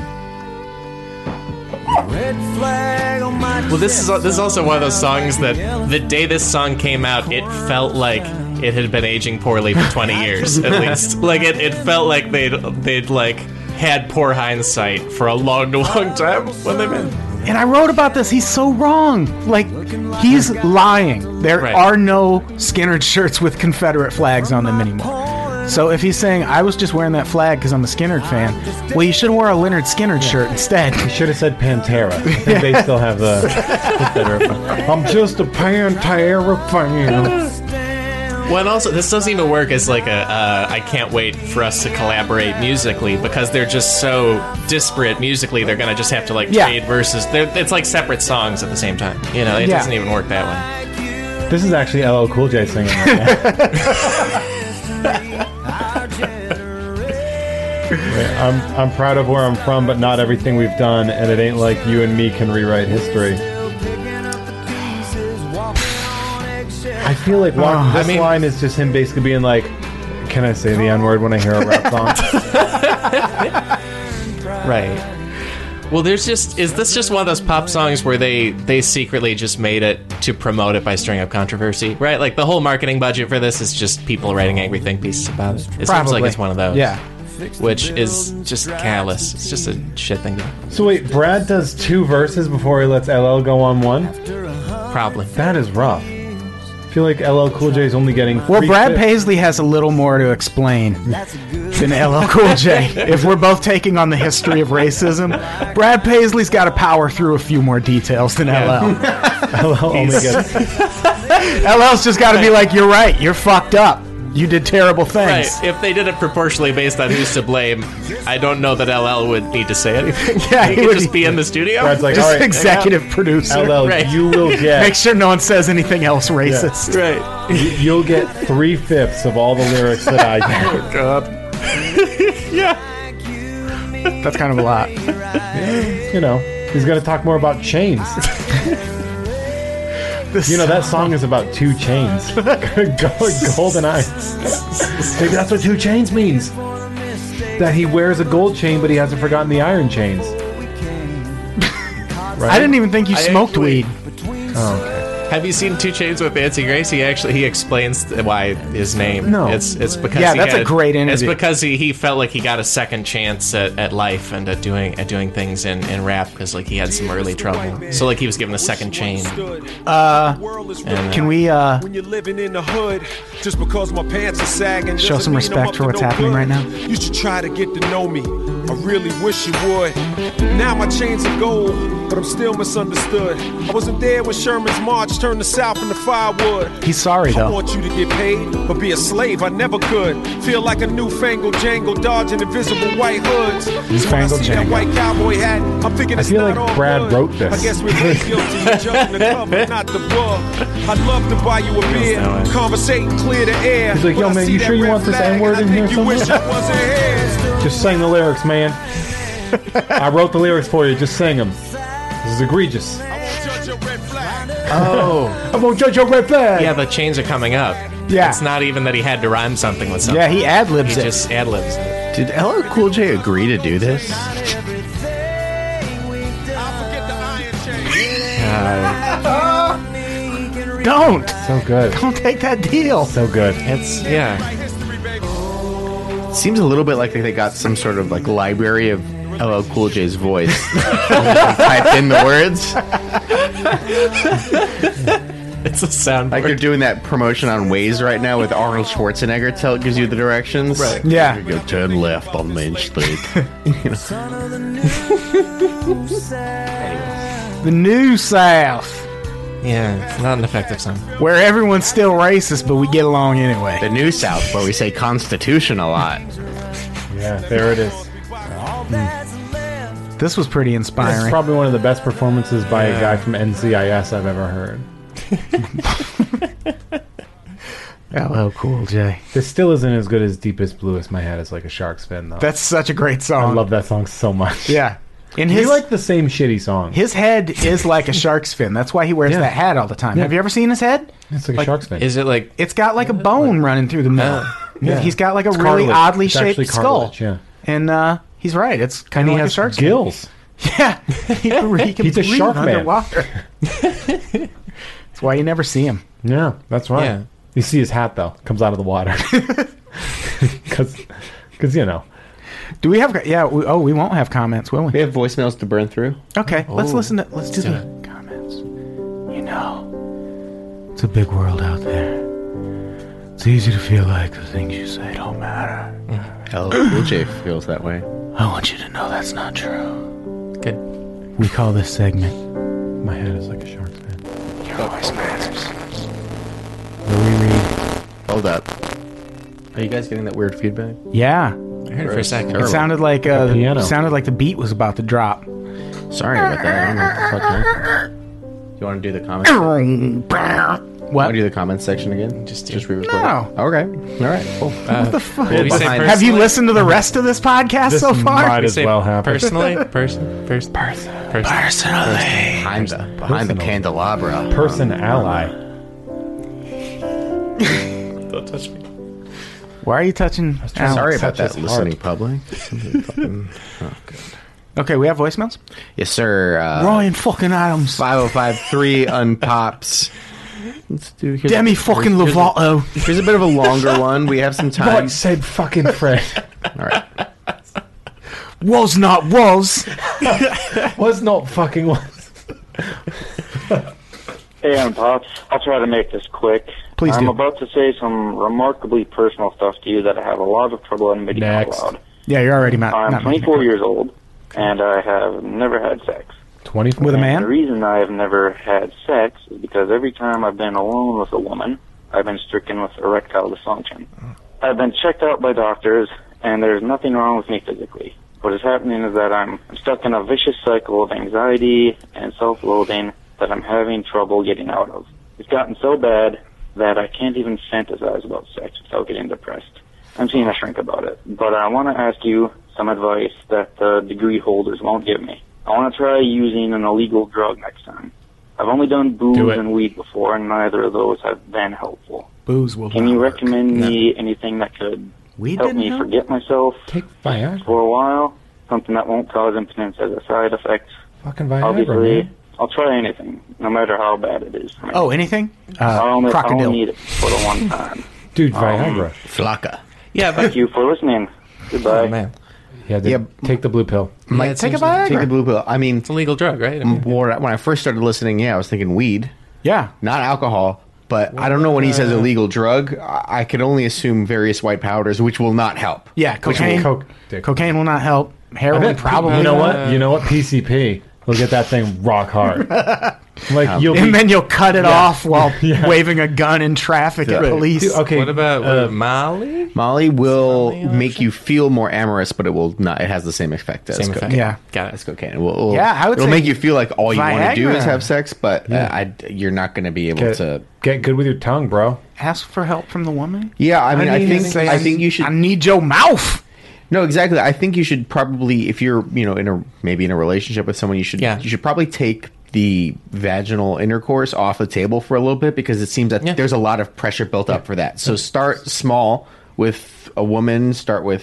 [SPEAKER 7] Red flag on my
[SPEAKER 3] Well, this is this is also one of those songs that the day this song came out, it felt like it had been aging poorly for 20 years at least. Like it, it felt like they'd they'd like had poor hindsight for a long, long time when they made.
[SPEAKER 1] And I wrote about this. He's so wrong. Like, he's lying. There
[SPEAKER 3] Right.
[SPEAKER 1] are no Skinner shirts with Confederate flags on them anymore. So if he's saying I was just wearing that flag because I'm a Skinner fan, well, you should have wore a Leonard Skinner shirt instead.
[SPEAKER 2] Should have said Pantera. I think they still have the. I'm just a Pantera fan.
[SPEAKER 3] Well, and also this doesn't even work as like a uh, I can't wait for us to collaborate musically because they're just so disparate musically. They're gonna just have to like
[SPEAKER 1] Yeah.
[SPEAKER 3] trade verses. They're, it's like separate songs at the same time. You know, it
[SPEAKER 1] Yeah.
[SPEAKER 3] doesn't even work that way.
[SPEAKER 2] This is actually LL Cool J singing. Right now. I'm I'm proud of where I'm from, but not everything we've done, and it ain't like you and me can rewrite history. I feel like one,
[SPEAKER 1] Oh, I
[SPEAKER 2] this
[SPEAKER 3] mean-
[SPEAKER 2] line is just him basically being like, "Can I say the N word when I hear a rap song?"
[SPEAKER 3] Right. Well, there's just is this just one of those pop songs where they they secretly just made it to promote it by stirring up controversy, right? Like the whole marketing budget for this is just people writing angry think pieces about it. It seems like
[SPEAKER 1] Probably.
[SPEAKER 3] it's one of those,
[SPEAKER 1] Yeah.
[SPEAKER 3] Which is just callous. It's just a shit thing. to do.
[SPEAKER 2] so wait, Brad does two verses before he lets LL go on one.
[SPEAKER 3] Probably.
[SPEAKER 2] That is rough. I feel like LL Cool J is only getting.
[SPEAKER 1] Well,
[SPEAKER 2] three
[SPEAKER 1] Brad
[SPEAKER 2] fifths.
[SPEAKER 1] Paisley has a little more to explain than LL Cool J. If we're both taking on the history of racism, Brad Paisley's got to power through a few more details than LL.
[SPEAKER 2] LL only gets.
[SPEAKER 1] LL's just got to be like, you're right, you're fucked up, you did terrible
[SPEAKER 3] Right.
[SPEAKER 1] things.
[SPEAKER 3] If they did it proportionally based on who's to blame, I don't know that LL would need to say anything.
[SPEAKER 1] Yeah,
[SPEAKER 3] he
[SPEAKER 1] he
[SPEAKER 3] could
[SPEAKER 1] would
[SPEAKER 3] just
[SPEAKER 1] be-
[SPEAKER 3] be in the studio.
[SPEAKER 2] Brad's like, all
[SPEAKER 1] Just
[SPEAKER 2] right,
[SPEAKER 1] executive producer.
[SPEAKER 2] LL,
[SPEAKER 3] Right.
[SPEAKER 2] you will
[SPEAKER 1] Make
[SPEAKER 2] get
[SPEAKER 1] sure no one says anything else racist.
[SPEAKER 3] right.
[SPEAKER 2] you- you'll get three fifths of all the lyrics that I get.
[SPEAKER 1] That's kind of a lot.
[SPEAKER 2] You know, he's gonna talk more about chains.
[SPEAKER 1] This-
[SPEAKER 2] You know, that song is about two chains. Gold- golden eye. Maybe that's what two chains means. That he wears a gold chain, but he hasn't forgotten the iron chains. Right?
[SPEAKER 1] I didn't even think you
[SPEAKER 3] I
[SPEAKER 1] smoked
[SPEAKER 3] actually-
[SPEAKER 1] weed.
[SPEAKER 2] Oh, okay.
[SPEAKER 3] Have you seen Two Chains with Nancy Grace? He actually he explains th- why his name.
[SPEAKER 1] No.
[SPEAKER 3] it's it's because
[SPEAKER 1] Yeah,
[SPEAKER 3] he
[SPEAKER 1] that's a
[SPEAKER 3] got-
[SPEAKER 1] great
[SPEAKER 3] It's
[SPEAKER 1] interview.
[SPEAKER 3] because he, he felt like he got a second chance at, at life and at doing at doing things in, in rap because like he had some early trouble. So like he was given a second chain.
[SPEAKER 8] Uh,
[SPEAKER 1] Can we uh,
[SPEAKER 8] When you're living in the hood, just because my pants are sagging,
[SPEAKER 1] Show
[SPEAKER 8] doesn't
[SPEAKER 1] some
[SPEAKER 8] mean
[SPEAKER 1] respect
[SPEAKER 8] I'm up
[SPEAKER 1] for
[SPEAKER 8] to
[SPEAKER 1] what's
[SPEAKER 8] no
[SPEAKER 1] happening
[SPEAKER 8] good.
[SPEAKER 1] right now.
[SPEAKER 8] You should try to get to know me. I really wish you would. Now my chains are gold, but I'm still misunderstood. I wasn't there when Sherman's march turned the South into firewood.
[SPEAKER 1] He's sorry,
[SPEAKER 8] I
[SPEAKER 1] though.
[SPEAKER 8] want you to get paid, but be a slave. I never could. Feel like a newfangled jangle dodging invisible white hoods. So when I
[SPEAKER 1] Newfangled
[SPEAKER 8] see that
[SPEAKER 1] jangle.
[SPEAKER 8] white cowboy hat. I'm thinking
[SPEAKER 2] I
[SPEAKER 8] it's
[SPEAKER 2] feel
[SPEAKER 8] not
[SPEAKER 2] like
[SPEAKER 8] all
[SPEAKER 2] Brad
[SPEAKER 8] good.
[SPEAKER 2] wrote this.
[SPEAKER 8] I guess we're both guilty of judging the cover, not the book. I'd love to buy you a beer,
[SPEAKER 3] that way.
[SPEAKER 8] conversate and clear the air.
[SPEAKER 2] He's like, yo,
[SPEAKER 8] When I
[SPEAKER 2] man,
[SPEAKER 8] see
[SPEAKER 2] you
[SPEAKER 8] that
[SPEAKER 2] sure you
[SPEAKER 8] red
[SPEAKER 2] want this
[SPEAKER 8] flag,
[SPEAKER 2] N-word
[SPEAKER 8] I
[SPEAKER 2] in
[SPEAKER 8] think
[SPEAKER 2] here
[SPEAKER 8] You wish it
[SPEAKER 2] somewhere?
[SPEAKER 8] wasn't here.
[SPEAKER 2] Just sing the lyrics, man. I wrote the lyrics for you. Just sing them. This is egregious.
[SPEAKER 8] I won't judge your red flag.
[SPEAKER 3] Oh,
[SPEAKER 1] I won't judge your red flag.
[SPEAKER 3] yeah, the chains are coming up.
[SPEAKER 1] Yeah.
[SPEAKER 3] it's not even that he had to rhyme something with something.
[SPEAKER 1] Yeah, he ad
[SPEAKER 3] he
[SPEAKER 1] libs it.
[SPEAKER 3] just ad libs.
[SPEAKER 4] Did LL Cool J agree to do this?
[SPEAKER 8] I forget the iron chain.
[SPEAKER 1] Don't.
[SPEAKER 2] So good.
[SPEAKER 1] Don't take that deal.
[SPEAKER 2] So good.
[SPEAKER 3] It's yeah.
[SPEAKER 8] Write history, baby.
[SPEAKER 4] Seems a little bit like they got some sort of like library of LL Cool J's voice. Type in the words
[SPEAKER 3] It's a sound.
[SPEAKER 4] like they're doing that promotion on Waze right now with Arnold Schwarzenegger. Tell it gives you the directions. Right.
[SPEAKER 1] Yeah.
[SPEAKER 4] Go turn left on Main Street.
[SPEAKER 1] The New South,
[SPEAKER 3] yeah, it's not an effective song.
[SPEAKER 1] where everyone's still racist, but we get along anyway.
[SPEAKER 4] the New South, where we say Constitution a lot.
[SPEAKER 2] Yeah, there it is.
[SPEAKER 1] This was pretty
[SPEAKER 2] It's
[SPEAKER 1] inspiring.
[SPEAKER 2] probably one of the best performances by a guy from NCIS I've ever heard.
[SPEAKER 1] LL Cool J.
[SPEAKER 2] Oh, This still isn't as good as Deepest Bluest. My head is like a shark's fin, though.
[SPEAKER 1] That's such a great song.
[SPEAKER 2] I love that song so much.
[SPEAKER 1] Yeah. And
[SPEAKER 2] We
[SPEAKER 1] his
[SPEAKER 2] like the same shitty song.
[SPEAKER 1] his head is like a shark's fin. That's why he wears that hat all the time. Have you ever seen his head?
[SPEAKER 2] it's like, a
[SPEAKER 1] like-
[SPEAKER 2] shark's fin.
[SPEAKER 3] Is it like
[SPEAKER 1] It's got like a bone running through the middle.
[SPEAKER 2] yeah.
[SPEAKER 1] He's got like a
[SPEAKER 2] It's
[SPEAKER 1] really
[SPEAKER 2] cartilage.
[SPEAKER 1] oddly
[SPEAKER 2] It's actually
[SPEAKER 1] shaped skull.
[SPEAKER 2] cartilage, yeah.
[SPEAKER 1] And uh, he's right. It's kind
[SPEAKER 2] he
[SPEAKER 1] of like a
[SPEAKER 2] has
[SPEAKER 1] shark's fin.
[SPEAKER 2] gills.
[SPEAKER 1] Yeah, he, can- he can
[SPEAKER 2] He's a
[SPEAKER 1] breathe
[SPEAKER 2] shark man.
[SPEAKER 1] underwater. That's why you never see him.
[SPEAKER 2] Yeah, that's right.
[SPEAKER 3] Yeah.
[SPEAKER 2] You see his hat though comes out of the water because you know
[SPEAKER 1] Do we have? Yeah. We, oh, we won't have comments, will
[SPEAKER 4] We
[SPEAKER 1] we?
[SPEAKER 4] have voicemails to burn through.
[SPEAKER 1] Okay. let's
[SPEAKER 3] Oh,
[SPEAKER 1] listen to. Let's do
[SPEAKER 3] do
[SPEAKER 1] the comments. You know, it's a big world out there. It's easy to feel like the things you say don't matter.
[SPEAKER 4] LL Cool J feels that way.
[SPEAKER 1] I want you to know that's not true.
[SPEAKER 3] good?
[SPEAKER 1] We call this segment
[SPEAKER 2] my head is like a shark's fin.
[SPEAKER 1] Your Voice Matters. Where we read.
[SPEAKER 4] Hold up. Are you guys getting that weird feedback?
[SPEAKER 1] Yeah.
[SPEAKER 3] I heard it for a second.
[SPEAKER 1] It
[SPEAKER 4] Terrible.
[SPEAKER 1] sounded like uh,
[SPEAKER 2] The piano.
[SPEAKER 1] sounded like the beat was about to drop.
[SPEAKER 4] Sorry about that. I don't know what the fuck happened. You want to do the comments? Want
[SPEAKER 1] What?
[SPEAKER 4] to do the comments section again? Just just re-record. it?
[SPEAKER 1] No.
[SPEAKER 4] Okay. All right. Cool.
[SPEAKER 3] what the fuck?
[SPEAKER 4] Well,
[SPEAKER 3] we say
[SPEAKER 4] behind-
[SPEAKER 1] Have you
[SPEAKER 3] personally?
[SPEAKER 1] listened to the rest of this podcast
[SPEAKER 2] This
[SPEAKER 1] so far?
[SPEAKER 2] might
[SPEAKER 3] We
[SPEAKER 2] as
[SPEAKER 3] say
[SPEAKER 2] well happen.
[SPEAKER 3] Personally, person, person, person.
[SPEAKER 1] Personally.
[SPEAKER 4] behind the behind the
[SPEAKER 2] personal.
[SPEAKER 4] candelabra.
[SPEAKER 2] Person
[SPEAKER 3] Um,
[SPEAKER 2] ally.
[SPEAKER 3] Don't touch me.
[SPEAKER 1] Why are you touching? Alex?
[SPEAKER 4] Sorry about
[SPEAKER 2] Touch
[SPEAKER 4] that,
[SPEAKER 2] his
[SPEAKER 4] listening
[SPEAKER 2] heart.
[SPEAKER 4] public. Fucking-
[SPEAKER 1] Okay, we have voicemails.
[SPEAKER 4] yes, sir. Uh,
[SPEAKER 1] Ryan fucking Adams.
[SPEAKER 4] 5053 unpops. Let's do here's,
[SPEAKER 1] Demi
[SPEAKER 4] here's-
[SPEAKER 1] fucking
[SPEAKER 4] here's a-
[SPEAKER 1] Lovato.
[SPEAKER 4] Here's a bit of a longer one. We have some time.
[SPEAKER 2] God said fucking Fred
[SPEAKER 4] All right.
[SPEAKER 1] Was not was.
[SPEAKER 2] was not fucking was.
[SPEAKER 9] Hey, I'm Pops. I'll try to make this quick.
[SPEAKER 1] Please
[SPEAKER 9] I'm
[SPEAKER 1] do.
[SPEAKER 9] about to say some remarkably personal stuff to you that I have a lot of trouble admitting out
[SPEAKER 2] Next.
[SPEAKER 9] loud.
[SPEAKER 1] Yeah, you're already not.
[SPEAKER 9] I'm
[SPEAKER 1] not
[SPEAKER 9] 24 years old, and I have never had sex.
[SPEAKER 2] Twenty
[SPEAKER 1] with a
[SPEAKER 9] The
[SPEAKER 1] man.
[SPEAKER 9] reason I have never had sex is because every time I've been alone with a woman, I've been stricken with erectile dysfunction. I've been checked out by doctors, and there's nothing wrong with me physically. What is happening is that I'm stuck in a vicious cycle of anxiety and self-loathing that I'm having trouble getting out of. It's gotten so bad that I can't even fantasize about sex without getting depressed. I'm seeing a shrink about it, but I want to ask you some advice that the degree holders won't give me. I want to try using an illegal drug next time. I've only done booze
[SPEAKER 2] Do it.
[SPEAKER 9] and weed before, and neither of those have been helpful.
[SPEAKER 1] Booze will.
[SPEAKER 2] Oh,
[SPEAKER 9] Can you recommend me anything that could
[SPEAKER 1] We
[SPEAKER 9] help me forget myself
[SPEAKER 2] Take Viagra.
[SPEAKER 9] for a while? Something that won't cause impotence as a side effect?
[SPEAKER 2] Fucking Viagra.
[SPEAKER 9] Obviously,
[SPEAKER 2] man.
[SPEAKER 9] I'll try anything, no matter how bad it is.
[SPEAKER 1] Oh, anything? Uh,
[SPEAKER 9] I, only, I
[SPEAKER 1] crocodile.
[SPEAKER 9] only need it for the one time.
[SPEAKER 2] Dude, Viagra.
[SPEAKER 4] Flocka.
[SPEAKER 3] Yeah,
[SPEAKER 9] Thank you for listening. Goodbye. man.
[SPEAKER 2] Yeah,
[SPEAKER 4] Yeah.
[SPEAKER 2] take the blue pill.
[SPEAKER 4] Mike,
[SPEAKER 3] it
[SPEAKER 4] take a
[SPEAKER 3] seems like-
[SPEAKER 4] Take the blue pill. I mean,
[SPEAKER 3] It's a legal drug, right? I mean,
[SPEAKER 4] when I- when I first started listening, yeah, I was thinking weed,
[SPEAKER 1] Yeah.
[SPEAKER 4] not alcohol. But I don't know when he says illegal drug. I I could only assume various white powders, which will not help.
[SPEAKER 1] Yeah, cocaine.
[SPEAKER 2] Coke. Dick.
[SPEAKER 1] cocaine will not help.
[SPEAKER 2] I
[SPEAKER 1] Heroin
[SPEAKER 2] bet-
[SPEAKER 1] probably.
[SPEAKER 2] You know what? You know what? PCP. We'll get that thing rock hard. Like you'll be
[SPEAKER 1] And then you'll cut it off while waving a gun in traffic at
[SPEAKER 4] Right.
[SPEAKER 1] police.
[SPEAKER 2] Dude, okay.
[SPEAKER 3] what about
[SPEAKER 2] uh,
[SPEAKER 3] uh, Molly?
[SPEAKER 4] Molly will make you feel more amorous, but it will not. It has the same effect as
[SPEAKER 3] Same
[SPEAKER 4] cocaine.
[SPEAKER 3] effect.
[SPEAKER 1] Yeah.
[SPEAKER 3] Got
[SPEAKER 4] As
[SPEAKER 3] it.
[SPEAKER 4] cocaine, it will, it will-
[SPEAKER 1] Yeah, I would
[SPEAKER 4] it'll
[SPEAKER 1] say
[SPEAKER 4] make you feel like all you want to do
[SPEAKER 1] Viagra.
[SPEAKER 4] is have sex, but uh, I, you're not going to be able
[SPEAKER 2] get,
[SPEAKER 4] to.
[SPEAKER 2] get good with your tongue, bro.
[SPEAKER 1] Ask for help from the woman.
[SPEAKER 4] Yeah, I mean, I,
[SPEAKER 1] mean,
[SPEAKER 4] think
[SPEAKER 1] say,
[SPEAKER 4] I think you should.
[SPEAKER 1] I need your mouth.
[SPEAKER 4] No, exactly. I think you should probably, if you're, you know, in a maybe in a relationship with someone, you should,
[SPEAKER 3] Yeah.
[SPEAKER 4] you should probably take the vaginal intercourse off the table for a little bit because it seems that
[SPEAKER 3] Yeah.
[SPEAKER 4] there's a lot of pressure built up for that. So start small with a woman. Start with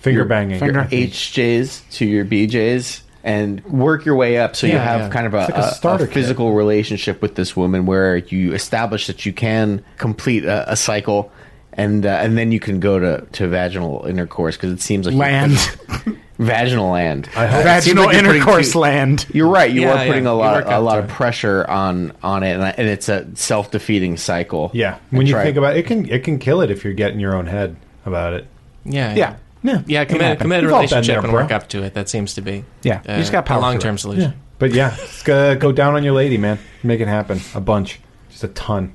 [SPEAKER 2] Finger
[SPEAKER 4] your-
[SPEAKER 2] banging.
[SPEAKER 4] your
[SPEAKER 2] Finger-
[SPEAKER 4] HJs to your BJs, and work your way up so you
[SPEAKER 3] Yeah,
[SPEAKER 4] have
[SPEAKER 3] yeah.
[SPEAKER 4] kind of a,
[SPEAKER 2] It's like a
[SPEAKER 4] a- a
[SPEAKER 2] starter kit.
[SPEAKER 4] physical relationship with this woman where you establish that you can complete a, a cycle. And, uh, and then you can go to, to vaginal intercourse because it seems like you-
[SPEAKER 1] Land.
[SPEAKER 4] vaginal land. I
[SPEAKER 2] hope-
[SPEAKER 1] Vaginal intercourse land.
[SPEAKER 4] You're right. You
[SPEAKER 3] Yeah,
[SPEAKER 4] are putting
[SPEAKER 3] yeah.
[SPEAKER 4] a
[SPEAKER 3] You
[SPEAKER 4] lot
[SPEAKER 3] work
[SPEAKER 4] a
[SPEAKER 3] up
[SPEAKER 4] lot
[SPEAKER 3] to
[SPEAKER 4] of
[SPEAKER 3] it.
[SPEAKER 4] pressure on on it, and, I, and it's a self defeating cycle.
[SPEAKER 2] Yeah.
[SPEAKER 4] I
[SPEAKER 2] When you
[SPEAKER 4] try-
[SPEAKER 2] think about it, it can it can kill it if you're getting your own head about it.
[SPEAKER 3] Yeah.
[SPEAKER 1] Yeah.
[SPEAKER 2] Yeah.
[SPEAKER 3] Yeah,
[SPEAKER 2] It can
[SPEAKER 3] commit,
[SPEAKER 2] happen.
[SPEAKER 3] commit a
[SPEAKER 2] We've all been
[SPEAKER 3] relationship
[SPEAKER 2] there,
[SPEAKER 3] and
[SPEAKER 2] bro.
[SPEAKER 3] work up to it. That seems to be
[SPEAKER 1] Yeah, you just gotta power
[SPEAKER 3] a
[SPEAKER 1] through
[SPEAKER 3] long term
[SPEAKER 1] it.
[SPEAKER 3] solution.
[SPEAKER 2] But yeah, it's go, go down on your lady, man. Make it happen. A bunch. Just a ton.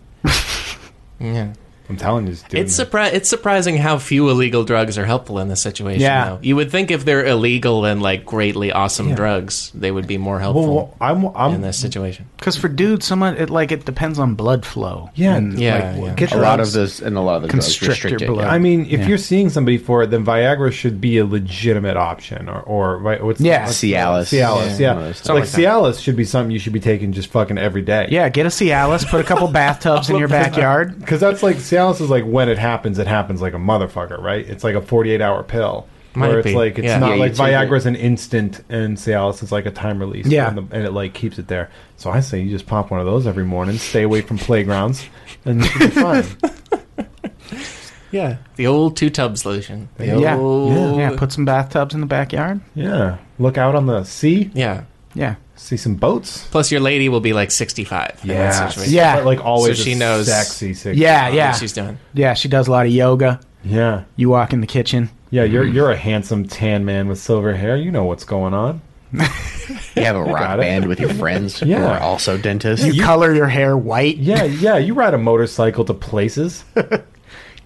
[SPEAKER 3] Yeah.
[SPEAKER 2] I'm telling you, dude.
[SPEAKER 3] It's surpri- It's surprising how few illegal drugs are helpful in this situation.
[SPEAKER 1] Yeah.
[SPEAKER 3] though. you would think if they're illegal and like greatly awesome drugs, they would be more helpful
[SPEAKER 2] well, well, I'm,
[SPEAKER 3] in
[SPEAKER 2] I'm,
[SPEAKER 3] this situation.
[SPEAKER 1] Because for dudes, someone it like it depends on blood flow.
[SPEAKER 2] Yeah,
[SPEAKER 1] And,
[SPEAKER 3] yeah,
[SPEAKER 1] like,
[SPEAKER 3] yeah.
[SPEAKER 1] Get
[SPEAKER 4] a lot of
[SPEAKER 1] drugs.
[SPEAKER 4] this and a lot of the drugs
[SPEAKER 1] Constrict
[SPEAKER 4] restrict
[SPEAKER 1] your
[SPEAKER 4] it, yeah.
[SPEAKER 1] blood.
[SPEAKER 2] I mean, if
[SPEAKER 1] Yeah.
[SPEAKER 2] you're seeing somebody for it, then Viagra should be a legitimate option, or or right? What's
[SPEAKER 1] Yeah.
[SPEAKER 2] what's-
[SPEAKER 4] Cialis.
[SPEAKER 2] Cialis,
[SPEAKER 4] Yeah.
[SPEAKER 2] yeah.
[SPEAKER 4] One of those
[SPEAKER 2] Like,
[SPEAKER 3] things. Something
[SPEAKER 2] Cialis should be something you should be taking just fucking every day.
[SPEAKER 1] Yeah, get a Cialis, put a couple bathtubs in your backyard.
[SPEAKER 2] because that's like Cialis is like when it happens, it happens like a motherfucker, right? It's like a 48 hour pill.
[SPEAKER 3] Might
[SPEAKER 2] where it's
[SPEAKER 3] be.
[SPEAKER 2] like it's
[SPEAKER 3] Yeah.
[SPEAKER 2] not
[SPEAKER 4] Yeah, you
[SPEAKER 2] like
[SPEAKER 4] take it-
[SPEAKER 2] Viagra's an instant and Cialis is like a time release.
[SPEAKER 1] Yeah.
[SPEAKER 2] and, the- and it like keeps it there. So I say you just pop one of those every morning. Stay away from playgrounds, and you'll be fine.
[SPEAKER 3] Yeah, the old two tub solution. The
[SPEAKER 1] Yeah.
[SPEAKER 3] old-
[SPEAKER 1] Yeah, put some bathtubs in the backyard.
[SPEAKER 2] Yeah, look out on the sea,
[SPEAKER 3] yeah.
[SPEAKER 1] Yeah.
[SPEAKER 2] see some boats.
[SPEAKER 3] Plus, your lady will be like sixty-five. in that
[SPEAKER 2] Yes.
[SPEAKER 3] situation.
[SPEAKER 1] Yeah.
[SPEAKER 2] But like always,
[SPEAKER 3] So she
[SPEAKER 2] a
[SPEAKER 3] knows-
[SPEAKER 2] sexy, sexy.
[SPEAKER 1] Yeah,
[SPEAKER 3] What
[SPEAKER 1] yeah.
[SPEAKER 3] she's doing.
[SPEAKER 1] Yeah, she does a lot of yoga.
[SPEAKER 2] yeah,
[SPEAKER 1] You walk in the kitchen.
[SPEAKER 2] yeah. You're you're a handsome tan man with silver hair. You know what's going on.
[SPEAKER 4] You have a rock
[SPEAKER 2] Got it.
[SPEAKER 4] band with your friends who
[SPEAKER 2] Yeah.
[SPEAKER 4] are also dentists.
[SPEAKER 1] You, color your hair white.
[SPEAKER 2] Yeah, yeah. You ride a motorcycle to places.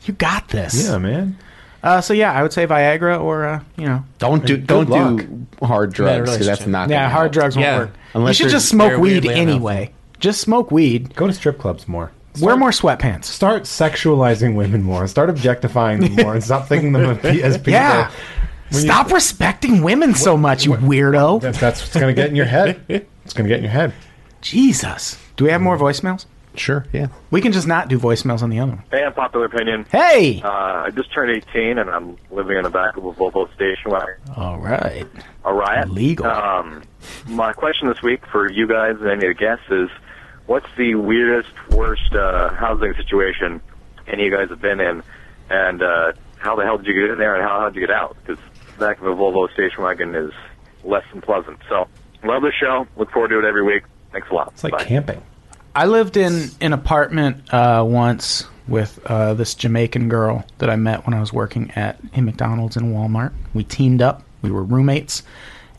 [SPEAKER 1] You got this.
[SPEAKER 2] Yeah, man.
[SPEAKER 1] Uh, so yeah, I would say Viagra or uh, you know,
[SPEAKER 4] don't do don't
[SPEAKER 2] luck.
[SPEAKER 4] do hard drugs because that's
[SPEAKER 3] relationship.
[SPEAKER 4] not
[SPEAKER 1] yeah,
[SPEAKER 4] gonna
[SPEAKER 1] hard
[SPEAKER 4] help.
[SPEAKER 1] drugs won't
[SPEAKER 3] Yeah.
[SPEAKER 1] work.
[SPEAKER 4] Unless
[SPEAKER 1] you should
[SPEAKER 4] they're-
[SPEAKER 1] just smoke
[SPEAKER 3] they're
[SPEAKER 1] weed
[SPEAKER 3] weirdly
[SPEAKER 1] anyway. Just smoke weed.
[SPEAKER 2] Go to strip clubs more.
[SPEAKER 1] Wear
[SPEAKER 2] Start-
[SPEAKER 1] more sweatpants.
[SPEAKER 2] Start sexualizing women more. Start objectifying them more, and stop thinking them of pe- as people.
[SPEAKER 1] Yeah.
[SPEAKER 2] When you-
[SPEAKER 1] Stop respecting women so much, you weirdo.
[SPEAKER 2] That- that's what's gonna get in your head. It's gonna get in your head.
[SPEAKER 1] Jesus. Do we have more voicemails?
[SPEAKER 4] Sure, yeah.
[SPEAKER 1] We can just not do voicemails on the other one.
[SPEAKER 9] Hey, Unpopular Opinion.
[SPEAKER 1] Hey.
[SPEAKER 9] Uh, I just turned 18 and I'm living in the back of a Volvo station when I
[SPEAKER 1] All right.
[SPEAKER 9] a riot.
[SPEAKER 1] Legal.
[SPEAKER 9] Um, my question this week for you guys and any of the guests is, what's the weirdest, worst uh, housing situation any of you guys have been in, and uh, how the hell did you get in there, and how how did you get out? Because back of a Volvo station wagon is less than pleasant. So, love the show. Look forward to it every week. Thanks a lot.
[SPEAKER 2] It's like
[SPEAKER 9] Bye.
[SPEAKER 2] camping.
[SPEAKER 1] I lived in an apartment uh, once with uh, this Jamaican girl that I met when I was working at a McDonald's and Walmart. We teamed up, we were roommates.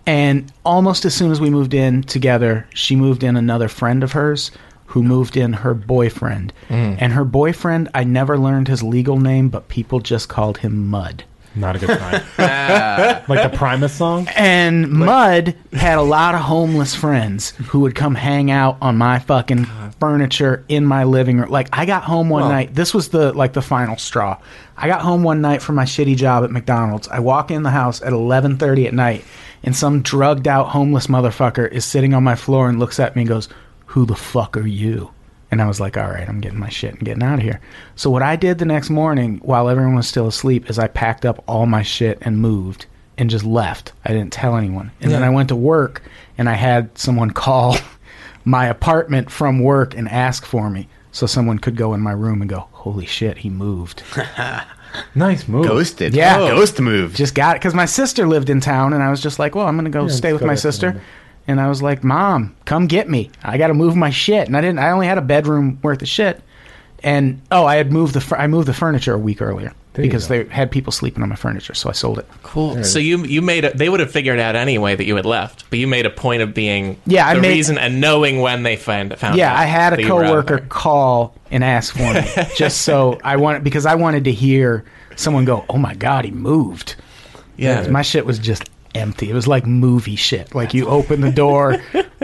[SPEAKER 1] And almost as soon as we moved in together, she moved in another friend of hers who moved in her boyfriend. And her boyfriend, I never learned his legal name, but people just called him Mud.
[SPEAKER 2] Not a good time. like the Primus song.
[SPEAKER 1] And Mud had a lot of homeless friends who would come hang out on my fucking furniture in my living room. Like I got home one night. This was the like the final straw. I got home one night from my shitty job at McDonald's. I walk in the house at 11:30 at night and some drugged out homeless motherfucker is sitting on my floor and looks at me and goes, "Who the fuck are you?" And I was like, all right, I'm getting my shit and getting out of here. So, what I did the next morning while everyone was still asleep is I packed up all my shit and moved and just left. I didn't tell anyone. And then I went to work and I had someone call my apartment from work and ask for me. So someone could go in my room and go, "Holy shit, he moved."
[SPEAKER 2] nice move.
[SPEAKER 4] Ghosted.
[SPEAKER 1] Yeah,
[SPEAKER 4] Ghost move.
[SPEAKER 1] Just got it because my sister lived in town, and I was just like, "Well, I'm gonna go
[SPEAKER 2] Yeah,
[SPEAKER 1] stay
[SPEAKER 2] just
[SPEAKER 1] with
[SPEAKER 2] go
[SPEAKER 1] my
[SPEAKER 2] back to
[SPEAKER 1] sister."
[SPEAKER 2] normal.
[SPEAKER 1] And I was like, "Mom, come get me. I got to move my shit." And I didn't. I only had a bedroom worth of shit. And oh, I had moved the fur- I moved the furniture a week earlier
[SPEAKER 2] you
[SPEAKER 1] because
[SPEAKER 2] go.
[SPEAKER 1] they had people sleeping on my furniture, so I sold it.
[SPEAKER 3] Cool. So you you made a, they would have figured out anyway that you had left, but you made a point of being
[SPEAKER 1] Yeah, I
[SPEAKER 3] the
[SPEAKER 1] made-
[SPEAKER 3] reason and knowing when they find found
[SPEAKER 1] yeah,
[SPEAKER 3] out
[SPEAKER 1] I had
[SPEAKER 3] that
[SPEAKER 1] a
[SPEAKER 3] you were out
[SPEAKER 1] coworker
[SPEAKER 3] there.
[SPEAKER 1] call and ask for me just so I wanted because I wanted to hear someone go, "Oh my god, he moved."
[SPEAKER 3] Yeah.
[SPEAKER 1] my shit was just empty. It was like movie shit. Like you open the door,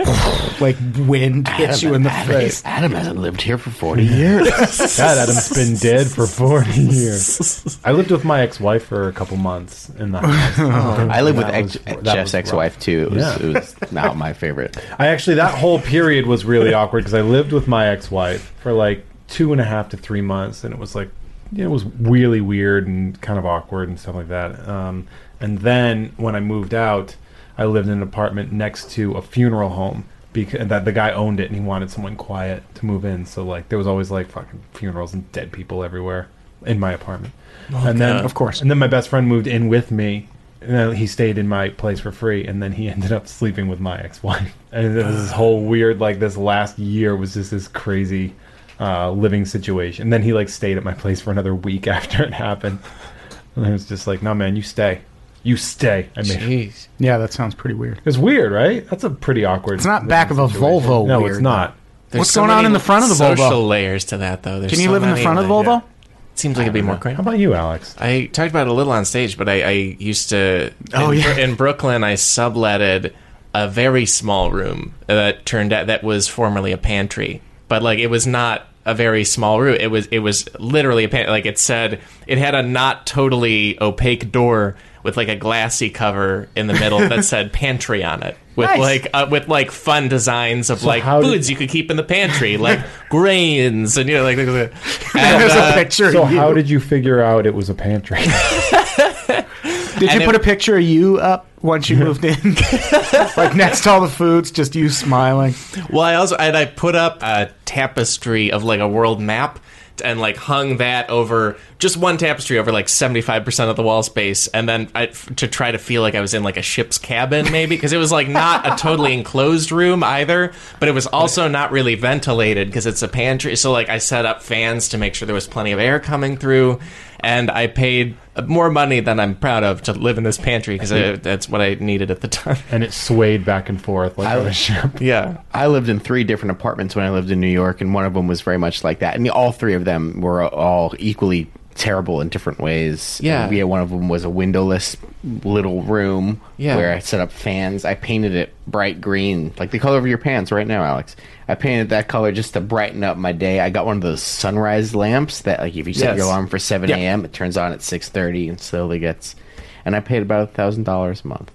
[SPEAKER 1] like wind hits you in the
[SPEAKER 4] Adam,
[SPEAKER 1] face.
[SPEAKER 4] Adam hasn't lived here for 40 years.
[SPEAKER 2] God, Adam's been dead for 40 years. I lived with my ex-wife for a couple months in that house.
[SPEAKER 4] I lived with
[SPEAKER 2] That
[SPEAKER 4] ex-
[SPEAKER 2] was- that
[SPEAKER 4] Jeff's
[SPEAKER 2] was
[SPEAKER 4] ex wife, too. It was,
[SPEAKER 2] Yeah.
[SPEAKER 4] it was not my favorite.
[SPEAKER 2] I actually that whole period was really awkward because I lived with my ex-wife for like two and a half to three months, and it was like you know, it was really weird and kind of awkward and stuff like that. Um, and then when I moved out, I lived in an apartment next to a funeral home because that the guy owned it and he wanted someone quiet to move in. So like there was always like fucking funerals and dead people everywhere in my apartment. and then
[SPEAKER 3] God.
[SPEAKER 1] Of course.
[SPEAKER 2] and then my best friend moved in with me. And then he stayed in my place for free, and then he ended up sleeping with my ex-wife. And it was this whole weird, like this last year was just this crazy uh, living situation. And then he like stayed at my place for another week after it happened. And I was just like, "No, man, you stay, you stay." I mean,
[SPEAKER 3] Jeez.
[SPEAKER 1] Yeah, that sounds pretty weird.
[SPEAKER 2] it's weird, right? That's a pretty awkward.
[SPEAKER 1] It's not
[SPEAKER 2] living
[SPEAKER 1] back of a
[SPEAKER 2] situation.
[SPEAKER 1] Volvo
[SPEAKER 2] No,
[SPEAKER 1] weird,
[SPEAKER 2] it's not.
[SPEAKER 3] There's
[SPEAKER 1] What's
[SPEAKER 3] so
[SPEAKER 1] going on
[SPEAKER 3] many
[SPEAKER 1] in the front of the Volvo?
[SPEAKER 3] Social layers to that though. There's
[SPEAKER 1] Can you
[SPEAKER 3] so
[SPEAKER 1] live in the
[SPEAKER 3] many,
[SPEAKER 1] front of the
[SPEAKER 3] like-
[SPEAKER 1] Volvo?
[SPEAKER 3] Seems like it'd be more cramped.
[SPEAKER 2] How about you, Alex?
[SPEAKER 3] I talked about it a little on stage, but I, I used to.
[SPEAKER 1] Oh,
[SPEAKER 3] in,
[SPEAKER 1] yeah.
[SPEAKER 3] in Brooklyn, I subletted a very small room that turned out that was formerly a pantry, but like it was not a very small room. It was it was literally a pantry. Like it said, it had a not totally opaque door with like a glassy cover in the middle that said pantry on it. With
[SPEAKER 1] Nice.
[SPEAKER 3] like uh, with like fun designs of like
[SPEAKER 2] how did-
[SPEAKER 3] foods you could keep in the pantry, like grains and you know like and,
[SPEAKER 1] There's
[SPEAKER 3] uh,
[SPEAKER 1] a picture. of
[SPEAKER 2] So
[SPEAKER 1] you.
[SPEAKER 2] how did you figure out it was a pantry?
[SPEAKER 1] Did you
[SPEAKER 3] And
[SPEAKER 1] put
[SPEAKER 3] it-
[SPEAKER 1] a picture of you up once you moved in? like next to all the foods, just you smiling.
[SPEAKER 3] Well, I also and I put up a tapestry of like a world map and like hung that over just one tapestry over like 75% of the wall space and then I, f- to try to feel like I was in like a ship's cabin maybe because it was like not a totally enclosed room either but it was also not really ventilated because it's a pantry so like I set up fans to make sure there was plenty of air coming through and I paid more money than I'm proud of to live in this pantry because that's what I needed at the time
[SPEAKER 2] and it swayed back and forth like on a ship.
[SPEAKER 3] yeah
[SPEAKER 4] I lived in three different apartments when I lived in New York, and one of them was very much like that. And all three of them were all equally terrible in different ways.
[SPEAKER 3] Yeah.
[SPEAKER 4] And, yeah. One of them was a windowless little room
[SPEAKER 3] Yeah.
[SPEAKER 4] where I set up fans. I painted it bright green, like the color of your pants right now, Alex. I painted that color just to brighten up my day. I got one of those sunrise lamps that, like, if you set
[SPEAKER 3] Yes.
[SPEAKER 4] your alarm for seven
[SPEAKER 3] Yeah.
[SPEAKER 4] a.m., it turns on at six thirty and slowly gets. And I paid about thousand dollars a month.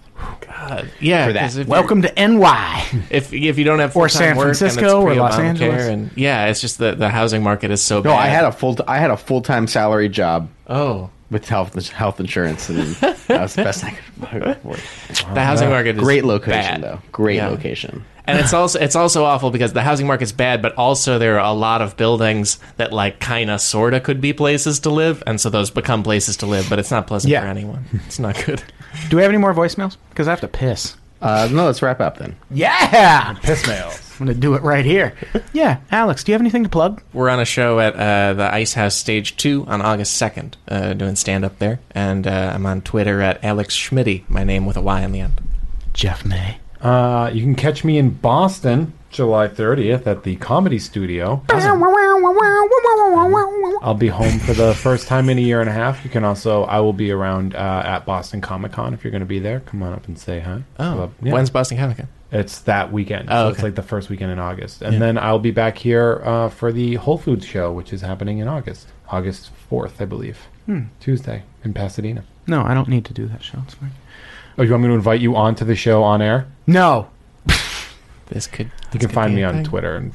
[SPEAKER 3] yeah
[SPEAKER 4] For that.
[SPEAKER 3] 'cause if you're-
[SPEAKER 1] Welcome to NY.
[SPEAKER 3] if if you don't have
[SPEAKER 1] Or
[SPEAKER 3] full-time
[SPEAKER 1] San
[SPEAKER 3] work and it's
[SPEAKER 1] Francisco or
[SPEAKER 3] pre-
[SPEAKER 1] Los
[SPEAKER 3] Obamacare
[SPEAKER 1] Angeles.
[SPEAKER 3] and yeah, it's just the the housing market is so
[SPEAKER 4] No,
[SPEAKER 3] bad.
[SPEAKER 4] Oh, I had a full. I had a full time salary job
[SPEAKER 3] oh
[SPEAKER 4] with health health insurance, and that was the best I could afford.
[SPEAKER 3] the housing market is
[SPEAKER 4] Great location,
[SPEAKER 3] bad.
[SPEAKER 4] though. Great
[SPEAKER 3] Yeah.
[SPEAKER 4] location.
[SPEAKER 3] and it's also it's also awful because the housing market's bad, but also there are a lot of buildings that like kind of sorta could be places to live, and so those become places to live, but it's not pleasant
[SPEAKER 1] Yeah.
[SPEAKER 3] for anyone. It's not good.
[SPEAKER 1] Do we have any more voicemails? Because I have to piss.
[SPEAKER 4] Uh, no, let's wrap up then.
[SPEAKER 1] Yeah, I'm
[SPEAKER 2] Piss mails.
[SPEAKER 1] gonna do it right here. Yeah, Alex, do you have anything to plug?
[SPEAKER 3] We're on a show at uh, the Ice House Stage Two on August second, uh, doing stand up there, and uh, I'm on Twitter at Alex Schmitty, my name with a Y on the end.
[SPEAKER 1] Jeff May.
[SPEAKER 2] Uh, you can catch me in Boston, July 30th, at the Comedy Studio. I'll be home for the first time in a year and a half. You can also, I will be around uh, at Boston Comic Con if you're going to be there. Come on up and say hi.
[SPEAKER 3] Oh,
[SPEAKER 2] Yeah.
[SPEAKER 3] when's Boston Comic Con?
[SPEAKER 2] It's that weekend.
[SPEAKER 3] Oh,
[SPEAKER 2] so it's
[SPEAKER 3] okay.
[SPEAKER 2] like the first weekend in August, and then I'll be back here uh, for the Whole Foods show, which is happening in August, August 4th, I believe,
[SPEAKER 3] Hmm.
[SPEAKER 2] Tuesday in Pasadena.
[SPEAKER 1] No, I don't need to do that show. It's fine.
[SPEAKER 2] Oh, you want me to invite you onto the show on air?
[SPEAKER 1] No.
[SPEAKER 3] This could
[SPEAKER 2] You can find me on Twitter and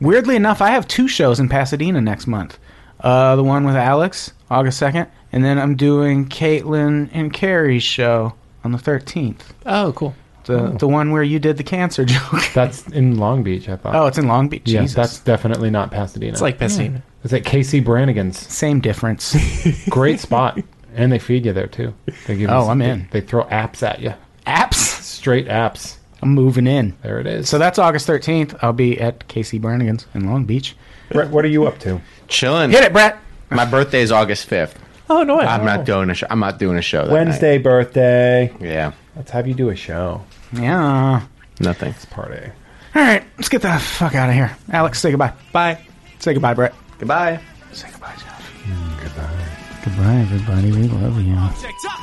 [SPEAKER 1] Weirdly enough, I have two shows in Pasadena next month. Uh, the one with Alex, August second, and then I'm doing Caitlin and Carrie's show on the thirteenth.
[SPEAKER 3] Oh, cool.
[SPEAKER 1] The, the one where you did the cancer joke.
[SPEAKER 2] That's in Long Beach, I thought.
[SPEAKER 1] Oh, it's in Long Beach.
[SPEAKER 2] Yeah,
[SPEAKER 1] Jesus.
[SPEAKER 2] that's definitely not Pasadena.
[SPEAKER 3] It's like Pasadena.
[SPEAKER 2] It's at KC Brannigan's.
[SPEAKER 1] Same difference.
[SPEAKER 2] Great spot. and they feed you there, too. They give you
[SPEAKER 1] Oh,
[SPEAKER 2] some-
[SPEAKER 1] I'm in.
[SPEAKER 2] They, they throw apps at you.
[SPEAKER 1] Apps.
[SPEAKER 2] Straight apps.
[SPEAKER 1] I'm moving in.
[SPEAKER 2] There it is.
[SPEAKER 1] So that's August 13th. I'll be at Casey Brannigan's in Long Beach.
[SPEAKER 2] Brett, what are you up to?
[SPEAKER 4] Chilling.
[SPEAKER 1] Hit it, Brett.
[SPEAKER 4] My birthday is August fifth.
[SPEAKER 3] Oh no!
[SPEAKER 4] I'm not doing a show. I'm not doing a show. That
[SPEAKER 2] Wednesday birthday.
[SPEAKER 4] Night. Yeah.
[SPEAKER 2] Let's have you do a show.
[SPEAKER 1] Yeah.
[SPEAKER 4] Nothing.
[SPEAKER 2] Party.
[SPEAKER 1] All right, let's get the fuck out of here. Alex, say goodbye.
[SPEAKER 3] Bye.
[SPEAKER 1] Say goodbye, Brett.
[SPEAKER 4] Goodbye.
[SPEAKER 1] Say Hmm, goodbye, Jeff. Goodbye. Goodbye, everybody. We love you.
[SPEAKER 8] Check, check.